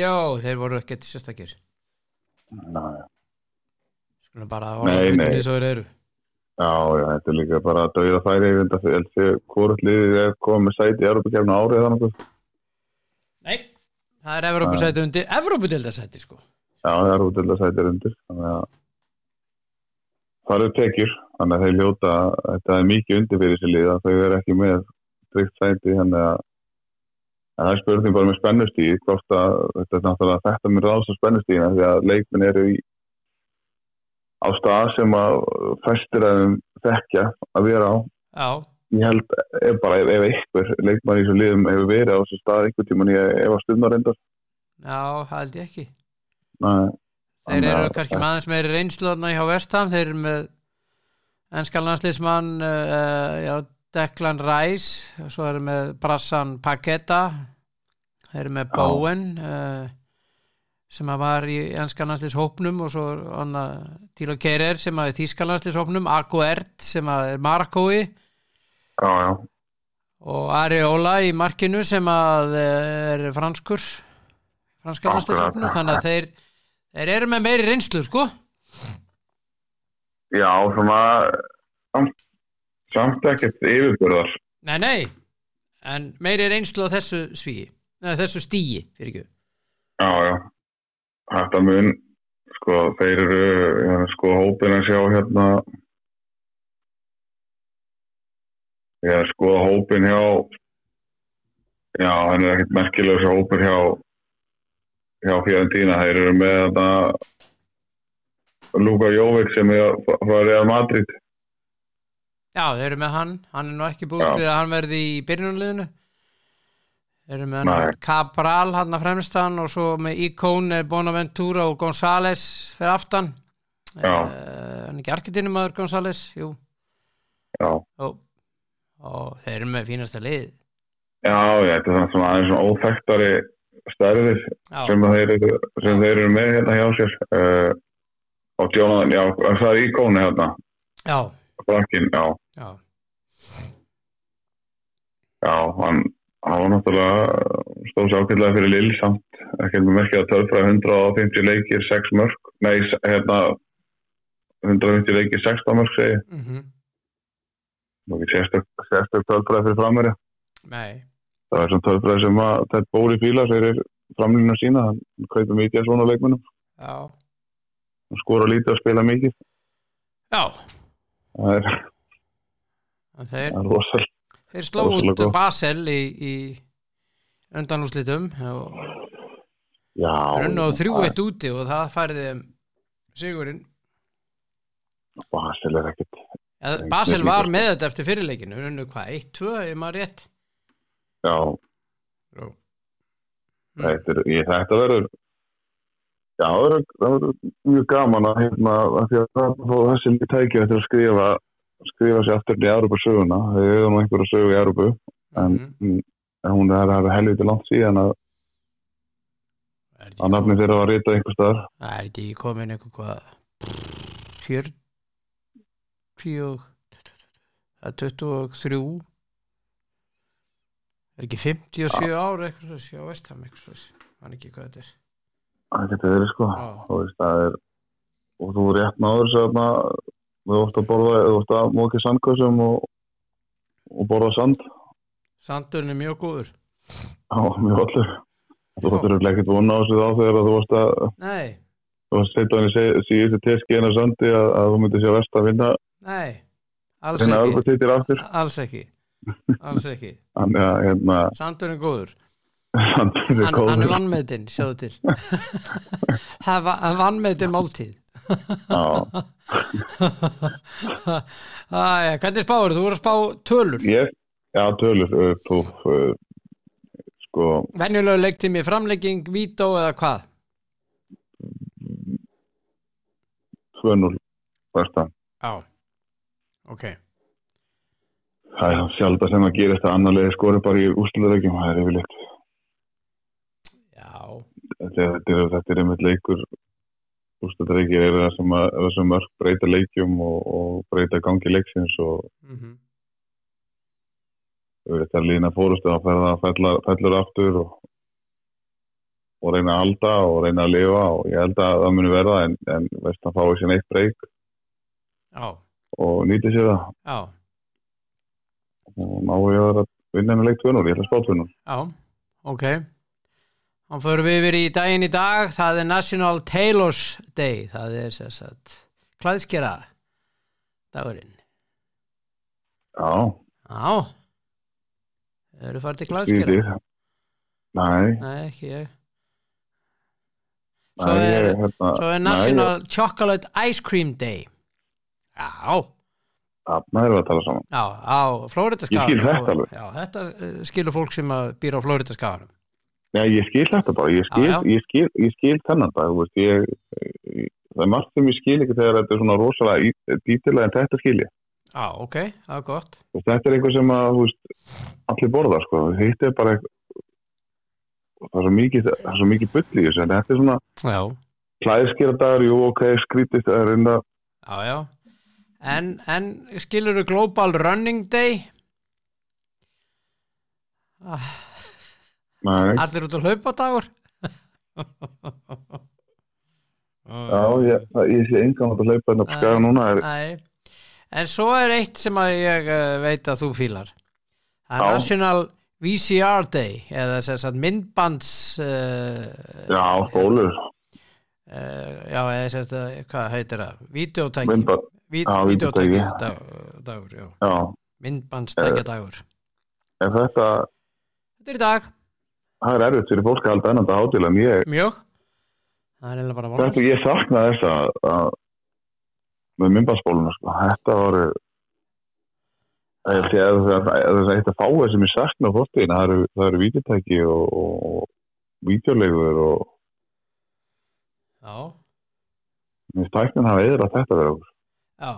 [SPEAKER 1] Já, þeir voru ekkert sérstakir Skulum bara að
[SPEAKER 2] Nei,
[SPEAKER 1] orða
[SPEAKER 2] nei.
[SPEAKER 1] hlutin eins og þeir eru
[SPEAKER 2] já, já, þetta er líka bara að dauða færi ég veit að hvort liðið er komið með sæti í Europakefna árið eða nokkuð
[SPEAKER 1] Nei, það er Evrópusæti undir Evrópudeldasæti sko
[SPEAKER 2] já, það er út eða sæti er undir þannig að það eru tekjur þannig að þeir hljóta þetta er mikið undir fyrir sér lið að þau eru ekki með tryggt sæti þannig að En það er spurning bara með spennustíð, hvort að þetta er náttúrulega þetta mér ráðs á spennustíðina því að leikmenn eru í, á stað sem að fæstir að þeim þekkja að vera á.
[SPEAKER 1] já,
[SPEAKER 2] Ég held ef bara ef, ef einhver leikmann í þessum liðum hefur verið á þessu stað einhver tíma en ég ef að stundar endast.
[SPEAKER 1] já, það held ég ekki
[SPEAKER 2] Nei,
[SPEAKER 1] Þeir
[SPEAKER 2] Þannig
[SPEAKER 1] eru
[SPEAKER 2] að-
[SPEAKER 1] kannski með aðeins meiri reynslurna hjá Vestham, þeir eru með ennska landslismann uh, já, Declan Rice og svo eru með Brassan Paketa þeir eru með
[SPEAKER 2] Já.
[SPEAKER 1] Bowen uh, sem að var í ennska landslishópnum og svo anna, Tilo Keirer sem að er þíska landslishópnum Aguert sem að er Markói
[SPEAKER 2] Já, já,
[SPEAKER 1] og Areola í markinu sem að eh, er franskur franska
[SPEAKER 2] Akkurat.
[SPEAKER 1] landslishópnum þannig að þeir, þeir eru með meiri reynslu sko
[SPEAKER 2] já, svona samt, samt ekkert yfirbörðar.
[SPEAKER 1] Nei, nei, en meiri reynslu á þessu svíi, neða þessu stíi, fyrir ekki.
[SPEAKER 2] Já, já. Þetta mun, sko, þeir eru, ja, sko, hópin að sjá hérna, ég er að skoða sko, hópin hjá, já, hann er ekkert merkilegur þessi hópin hjá, hjá Fjöndína, þeir eru með þarna Luka Jovic sem er frá- frá Real Madrid,
[SPEAKER 1] Já, þeir eru með hann, hann er nú ekki búist
[SPEAKER 2] Já.
[SPEAKER 1] við að hann verði í byrjunarliðinu. Þeir eru með
[SPEAKER 2] Nei.
[SPEAKER 1] hann Cabral hann að fremstan og svo með Icone, Bonaventura og González fyrir aftan.
[SPEAKER 2] Já.
[SPEAKER 1] Eh, hann er ekki arkitinumæður González, jú.
[SPEAKER 2] já.
[SPEAKER 1] Ó. Og þeir eru með fínasta lið.
[SPEAKER 2] Já, já, þetta er svona- svona aðeins svona óþekktari stærðir
[SPEAKER 1] Já,
[SPEAKER 2] sem að þeir eru, sem þeir eru með hérna hjá sér uh, og Jonathan, já, það er íkóni hérna
[SPEAKER 1] já,
[SPEAKER 2] Frankin, já,
[SPEAKER 1] já,
[SPEAKER 2] já hann, hann var náttúrulega eh, stóð sér ákveðlega fyrir Lill samt ekki með merkið að tölfra 150 leikir 6 mörg, nei, s- hérna 150 leikir 16 mörg segi,
[SPEAKER 1] mhm,
[SPEAKER 2] og ekki sérstök, sérstök tölfra fyrir framverja,
[SPEAKER 1] nei,
[SPEAKER 2] það er svona tölfra sem að þetta bóri fíla fyrir framlýna sína, hann kaupir mikið af svona leikmunum,
[SPEAKER 1] já,
[SPEAKER 2] hann skora lítið og spila mikið,
[SPEAKER 1] já,
[SPEAKER 2] það er,
[SPEAKER 1] en þeir
[SPEAKER 2] það er rosalega
[SPEAKER 1] Þeir sló
[SPEAKER 2] Rosalega
[SPEAKER 1] út
[SPEAKER 2] gott.
[SPEAKER 1] Basel í, í undanúslitum og
[SPEAKER 2] Já,
[SPEAKER 1] runn og þrjú
[SPEAKER 2] það er-
[SPEAKER 1] eitt úti og það færði þeim sigurinn.
[SPEAKER 2] Basel er ekkert
[SPEAKER 1] Eða,
[SPEAKER 2] Nei,
[SPEAKER 1] Basel
[SPEAKER 2] snillingur.
[SPEAKER 1] var með þetta eftir fyrirleikinu, runnu hvað, 1-2 ef maður rétt.
[SPEAKER 2] Já,
[SPEAKER 1] Mm. Jó.
[SPEAKER 2] þetta, er, ég, þetta verður Já, það verður- það verður mjög gaman að hérna að því að það fá þessi líka tækja til að skrifa skrifa sér aftur í Európa söguna við höfum nú einhverja sögu í Európu en,
[SPEAKER 1] Mhm.
[SPEAKER 2] en hún er, er helviti langt síðan að,
[SPEAKER 1] Það er
[SPEAKER 2] að
[SPEAKER 1] ekki-
[SPEAKER 2] nafni þeirra var rita einhver staðar
[SPEAKER 1] það er ekki komin eitthvað hvað, 40, 23, er ekki 57 ára eitthvað svo, sjá vestam eitthvað svo, hann ekki hvað þetta er.
[SPEAKER 2] það getur verið sko
[SPEAKER 1] Já.
[SPEAKER 2] þú veist, það er og þú rétt náður sem að þú ótt að borða, þú ótt að mókið sandkvössum og, og borða sand
[SPEAKER 1] Sandurinn er mjög góður.
[SPEAKER 2] Já, mjög allur. Þú
[SPEAKER 1] Já.
[SPEAKER 2] ættir örugglega ekkert vona á þessu þá þegar að þú varst að
[SPEAKER 1] Nei,
[SPEAKER 2] þú varst seitt á henni síðustu teskiðin að sandi að, að þú myndir sér verst að vinna
[SPEAKER 1] nei, alls
[SPEAKER 2] vinna
[SPEAKER 1] ekki.
[SPEAKER 2] örgur tittir aftur.
[SPEAKER 1] alls ekki alls ekki,
[SPEAKER 2] Þannig að hérna,
[SPEAKER 1] Sandur er góður
[SPEAKER 2] sandur
[SPEAKER 1] hann,
[SPEAKER 2] er
[SPEAKER 1] hann er
[SPEAKER 2] góður.
[SPEAKER 1] vannmeðin, sjáðu til hann va- hann vannmeðin máltíð
[SPEAKER 2] Já,
[SPEAKER 1] Æja, hvernig spáður, þú voru að spá tölur
[SPEAKER 2] ég, já, tölur, uh, þú, uh, sko,
[SPEAKER 1] venjulega leiktími, framlegging, vító eða hvað
[SPEAKER 2] 2-0 versta.
[SPEAKER 1] já, ok
[SPEAKER 2] Það er sjálf það sem að gera þetta annar leiði skori bara í úrslöðulegjum, það er yfirleitt.
[SPEAKER 1] já,
[SPEAKER 2] Þetta er, þetta er, þetta er einmitt leikur, úrslöðulegjir er það sem að, það sem mörg breyta leikjum og, og breyta gangi leiksins og
[SPEAKER 1] mhm,
[SPEAKER 2] þetta er lína fórustu að ferða fellur, fellur aftur og, og reyna að halda og reyna að lifa og ég held að það muni verða en, en veist að fái sér neitt breyk
[SPEAKER 1] já,
[SPEAKER 2] og nýti sér það
[SPEAKER 1] já,
[SPEAKER 2] og ná ég að vera að vinna henni leik 2-0, ég ætla að spá 2-0
[SPEAKER 1] já ok hann förum við yfir í daginn í dag það er National Tailors Day það er sess að klæðskera dagurinn
[SPEAKER 2] Já,
[SPEAKER 1] Já, þau eru farið til klæðskera
[SPEAKER 2] skýtir Nei,
[SPEAKER 1] Nei, ekki ég. Svo
[SPEAKER 2] nei,
[SPEAKER 1] er-
[SPEAKER 2] ég, hérna,
[SPEAKER 1] Svo er
[SPEAKER 2] nei,
[SPEAKER 1] National
[SPEAKER 2] ég-
[SPEAKER 1] Chocolate Ice Cream Day. Já,
[SPEAKER 2] þarna erum við að tala saman.
[SPEAKER 1] já, á Flóritaskáðanum.
[SPEAKER 2] Ég skil þetta alveg.
[SPEAKER 1] Já, þetta eh, skilur fólk sem að býr á Flóritaskáðanum.
[SPEAKER 2] Nei, ég skil þetta bara, ég skil,
[SPEAKER 1] Já, já.
[SPEAKER 2] Ég skil, ég skil þennan dag, þú veist, ég, ég, það er margt sem ég skil ekki þegar þetta er svona rosalega í- dítilega en þetta skil ég.
[SPEAKER 1] Já, ok, það er gott.
[SPEAKER 2] Þú veist, Þetta er eitthvað sem að, þú veist, allir borða, sko, þetta er bara eitthvað, það er svo mikið, það er svo mikið bull í þessu, en þetta er svona
[SPEAKER 1] Já,
[SPEAKER 2] klæðskýradagur, jú, ok, skrítist, það er reynda,
[SPEAKER 1] já, já. En, en skilur Global Running Day? Ah,
[SPEAKER 2] nei,
[SPEAKER 1] Allir út að hlaupa dagur?
[SPEAKER 2] já, ég, það, ég sé engan að hlaupa hérna þetta
[SPEAKER 1] Nei.
[SPEAKER 2] på skaga núna, er,
[SPEAKER 1] Nei, en svo er eitt sem að ég eh, veit að þú fílar það
[SPEAKER 2] Já.
[SPEAKER 1] er National VCR Day eða sem sagt myndbands uh,
[SPEAKER 2] já, bólur,
[SPEAKER 1] eh, já, eða sem sagt, hvað heitir það videotæki
[SPEAKER 2] myndbætt,
[SPEAKER 1] Vít,
[SPEAKER 2] já,
[SPEAKER 1] videotæki
[SPEAKER 2] vídeótæki.
[SPEAKER 1] dag, dagur, já,
[SPEAKER 2] já,
[SPEAKER 1] myndbandstækja dagur
[SPEAKER 2] en þetta,
[SPEAKER 1] þetta er í dag,
[SPEAKER 2] það er erfitt fyrir fólk að halda ennanda hátil, en ég,
[SPEAKER 1] mjög það er eiginlega bara
[SPEAKER 2] Þetta,
[SPEAKER 1] vonast
[SPEAKER 2] ég sakna þess að, að með myndbansbóluna, sko, þetta voru ég held ég að það að það er eitt að fá það sem ég sakna á fórtíðin, það eru, það eru vítjutæki og, og, og vítjulegur og
[SPEAKER 1] já,
[SPEAKER 2] mér finnst tæknin hafa eður að þetta vera okkur.
[SPEAKER 1] já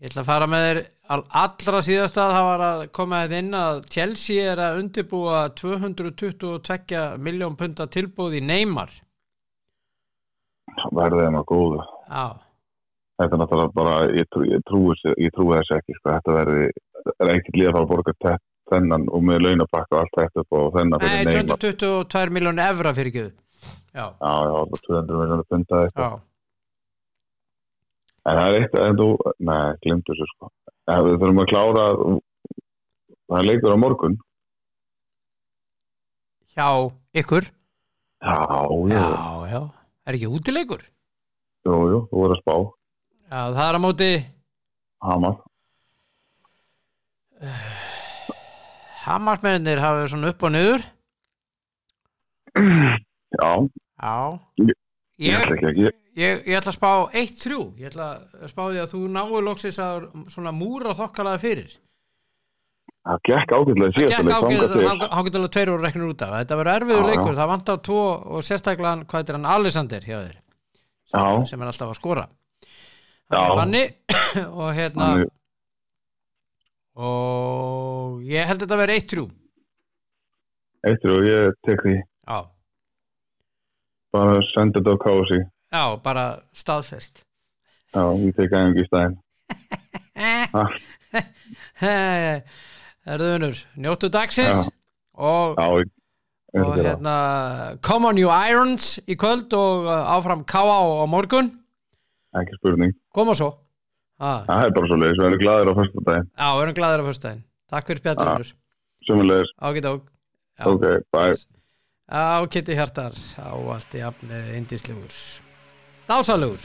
[SPEAKER 1] ég ætla að fara með þér al- allra síðasta það var að koma þér inn að Chelsea er að undirbúa 222 miljón punta tilbúð í Neymar
[SPEAKER 2] verðið hennar góðu.
[SPEAKER 1] Já,
[SPEAKER 2] Þetta er náttúrulega bara, ég, trú, ég, trúi, þessu- ég trúi þessu ekki, sko, þetta verði, það er ekkert líða að fara að borga tett, þennan og með launabakka og allt þetta upp og þennan
[SPEAKER 1] nei,
[SPEAKER 2] fyrir neymar.
[SPEAKER 1] 222 miljón evra fyrir ekki Já,
[SPEAKER 2] Já, já, það var 200 miljonar pundað eitthvað.
[SPEAKER 1] já,
[SPEAKER 2] En það er eitt en þú, nei, glimtu þessu sko. En við þurfum að klára, það er leikur á morgun.
[SPEAKER 1] hjá ykkur
[SPEAKER 2] Já, já,
[SPEAKER 1] Já, já, er ekki útileikur
[SPEAKER 2] jú, jú, þú voru að spá,
[SPEAKER 1] Já, það er á móti
[SPEAKER 2] Hamar.
[SPEAKER 1] Hamarsmennir hafa svona upp og niður
[SPEAKER 2] Já,
[SPEAKER 1] Já
[SPEAKER 2] Ég- ég
[SPEAKER 1] Ég,
[SPEAKER 2] ætla ekki að, ég,
[SPEAKER 1] ég, ég ætla að spá 1-3 ég ætla að spá því að þú náu loksins að svona múra þokkalaði fyrir
[SPEAKER 2] það gekk ágætlega í
[SPEAKER 1] það
[SPEAKER 2] síðasta
[SPEAKER 1] gekk
[SPEAKER 2] leik, þangað til.
[SPEAKER 1] ágæðlega hann getur alveg tveir úr reknur út af þetta verður erfiður
[SPEAKER 2] Já, já.
[SPEAKER 1] leikur, það vantar tvo og sérstaklega hann, hvað heitir hann, Alexander hjá þér
[SPEAKER 2] Já.
[SPEAKER 1] sem er alltaf að skora
[SPEAKER 2] Já.
[SPEAKER 1] Vanni og hérna
[SPEAKER 2] Þannig-
[SPEAKER 1] og ég held að þetta verður 1-3
[SPEAKER 2] Eittir og ég tek því,
[SPEAKER 1] já,
[SPEAKER 2] bara senda þetta á kási.
[SPEAKER 1] já, bara staðfest
[SPEAKER 2] Já, ég tek aðeins í stæðin. Ha.
[SPEAKER 1] Erðu unur, njóttu dagsins
[SPEAKER 2] Já.
[SPEAKER 1] og
[SPEAKER 2] Já, ég,
[SPEAKER 1] og
[SPEAKER 2] ég,
[SPEAKER 1] hérna Come on you irons í kvöld og uh, áfram K.A. á morgun hérna.
[SPEAKER 2] ekki spurning.
[SPEAKER 1] koma svo ah,
[SPEAKER 2] Það er bara svo leiðis, við erum glæðir á fyrsta daginn.
[SPEAKER 1] já, við erum glæðir á fyrstæðin takk fyrir spjallunur,
[SPEAKER 2] Sumulegis,
[SPEAKER 1] ágætt og Já.
[SPEAKER 2] ok, bye.
[SPEAKER 1] ágætti hjartar á allt í afn indislegur dásalugur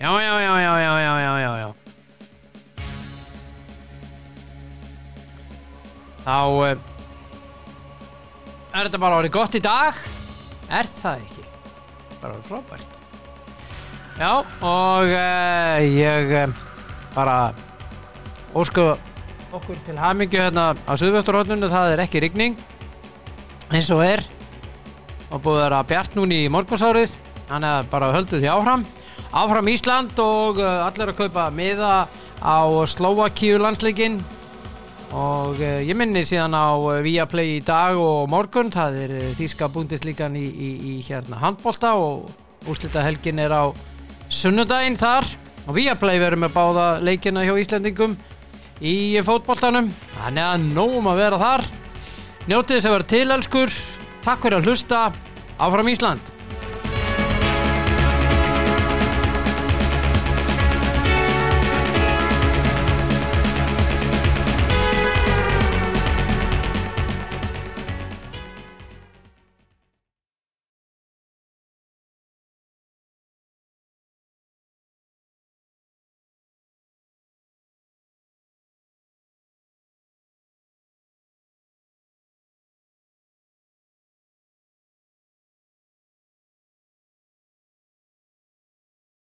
[SPEAKER 1] já, já, já, já, já, já, já, já, já. þá eh, er þetta bara orðið gott í dag er það ekki bara orðið frábært já og uh, ég uh, bara ósku okkur til hamingju hérna á suðvösturhóttnunu það er ekki rigning eins og er og búið að vera bjart núna í morgunsárið þannig að bara höldu því áfram áfram Ísland og uh, allir að kaupa miða á Slovakíu landsleikin og uh, ég minni síðan á uh, Viaplay í dag og morgun það er uh, Þíska búndislíkan í, í, í hérna handbolta og úrslita helgin er á sunnudaginn þar og Viaplay verður með báða leikina hjá Íslendingum í fótboltanum þannig að nógum að vera þar Njótið þess að vera til, elskur. Takk fyrir að hlusta. Áfram Ísland!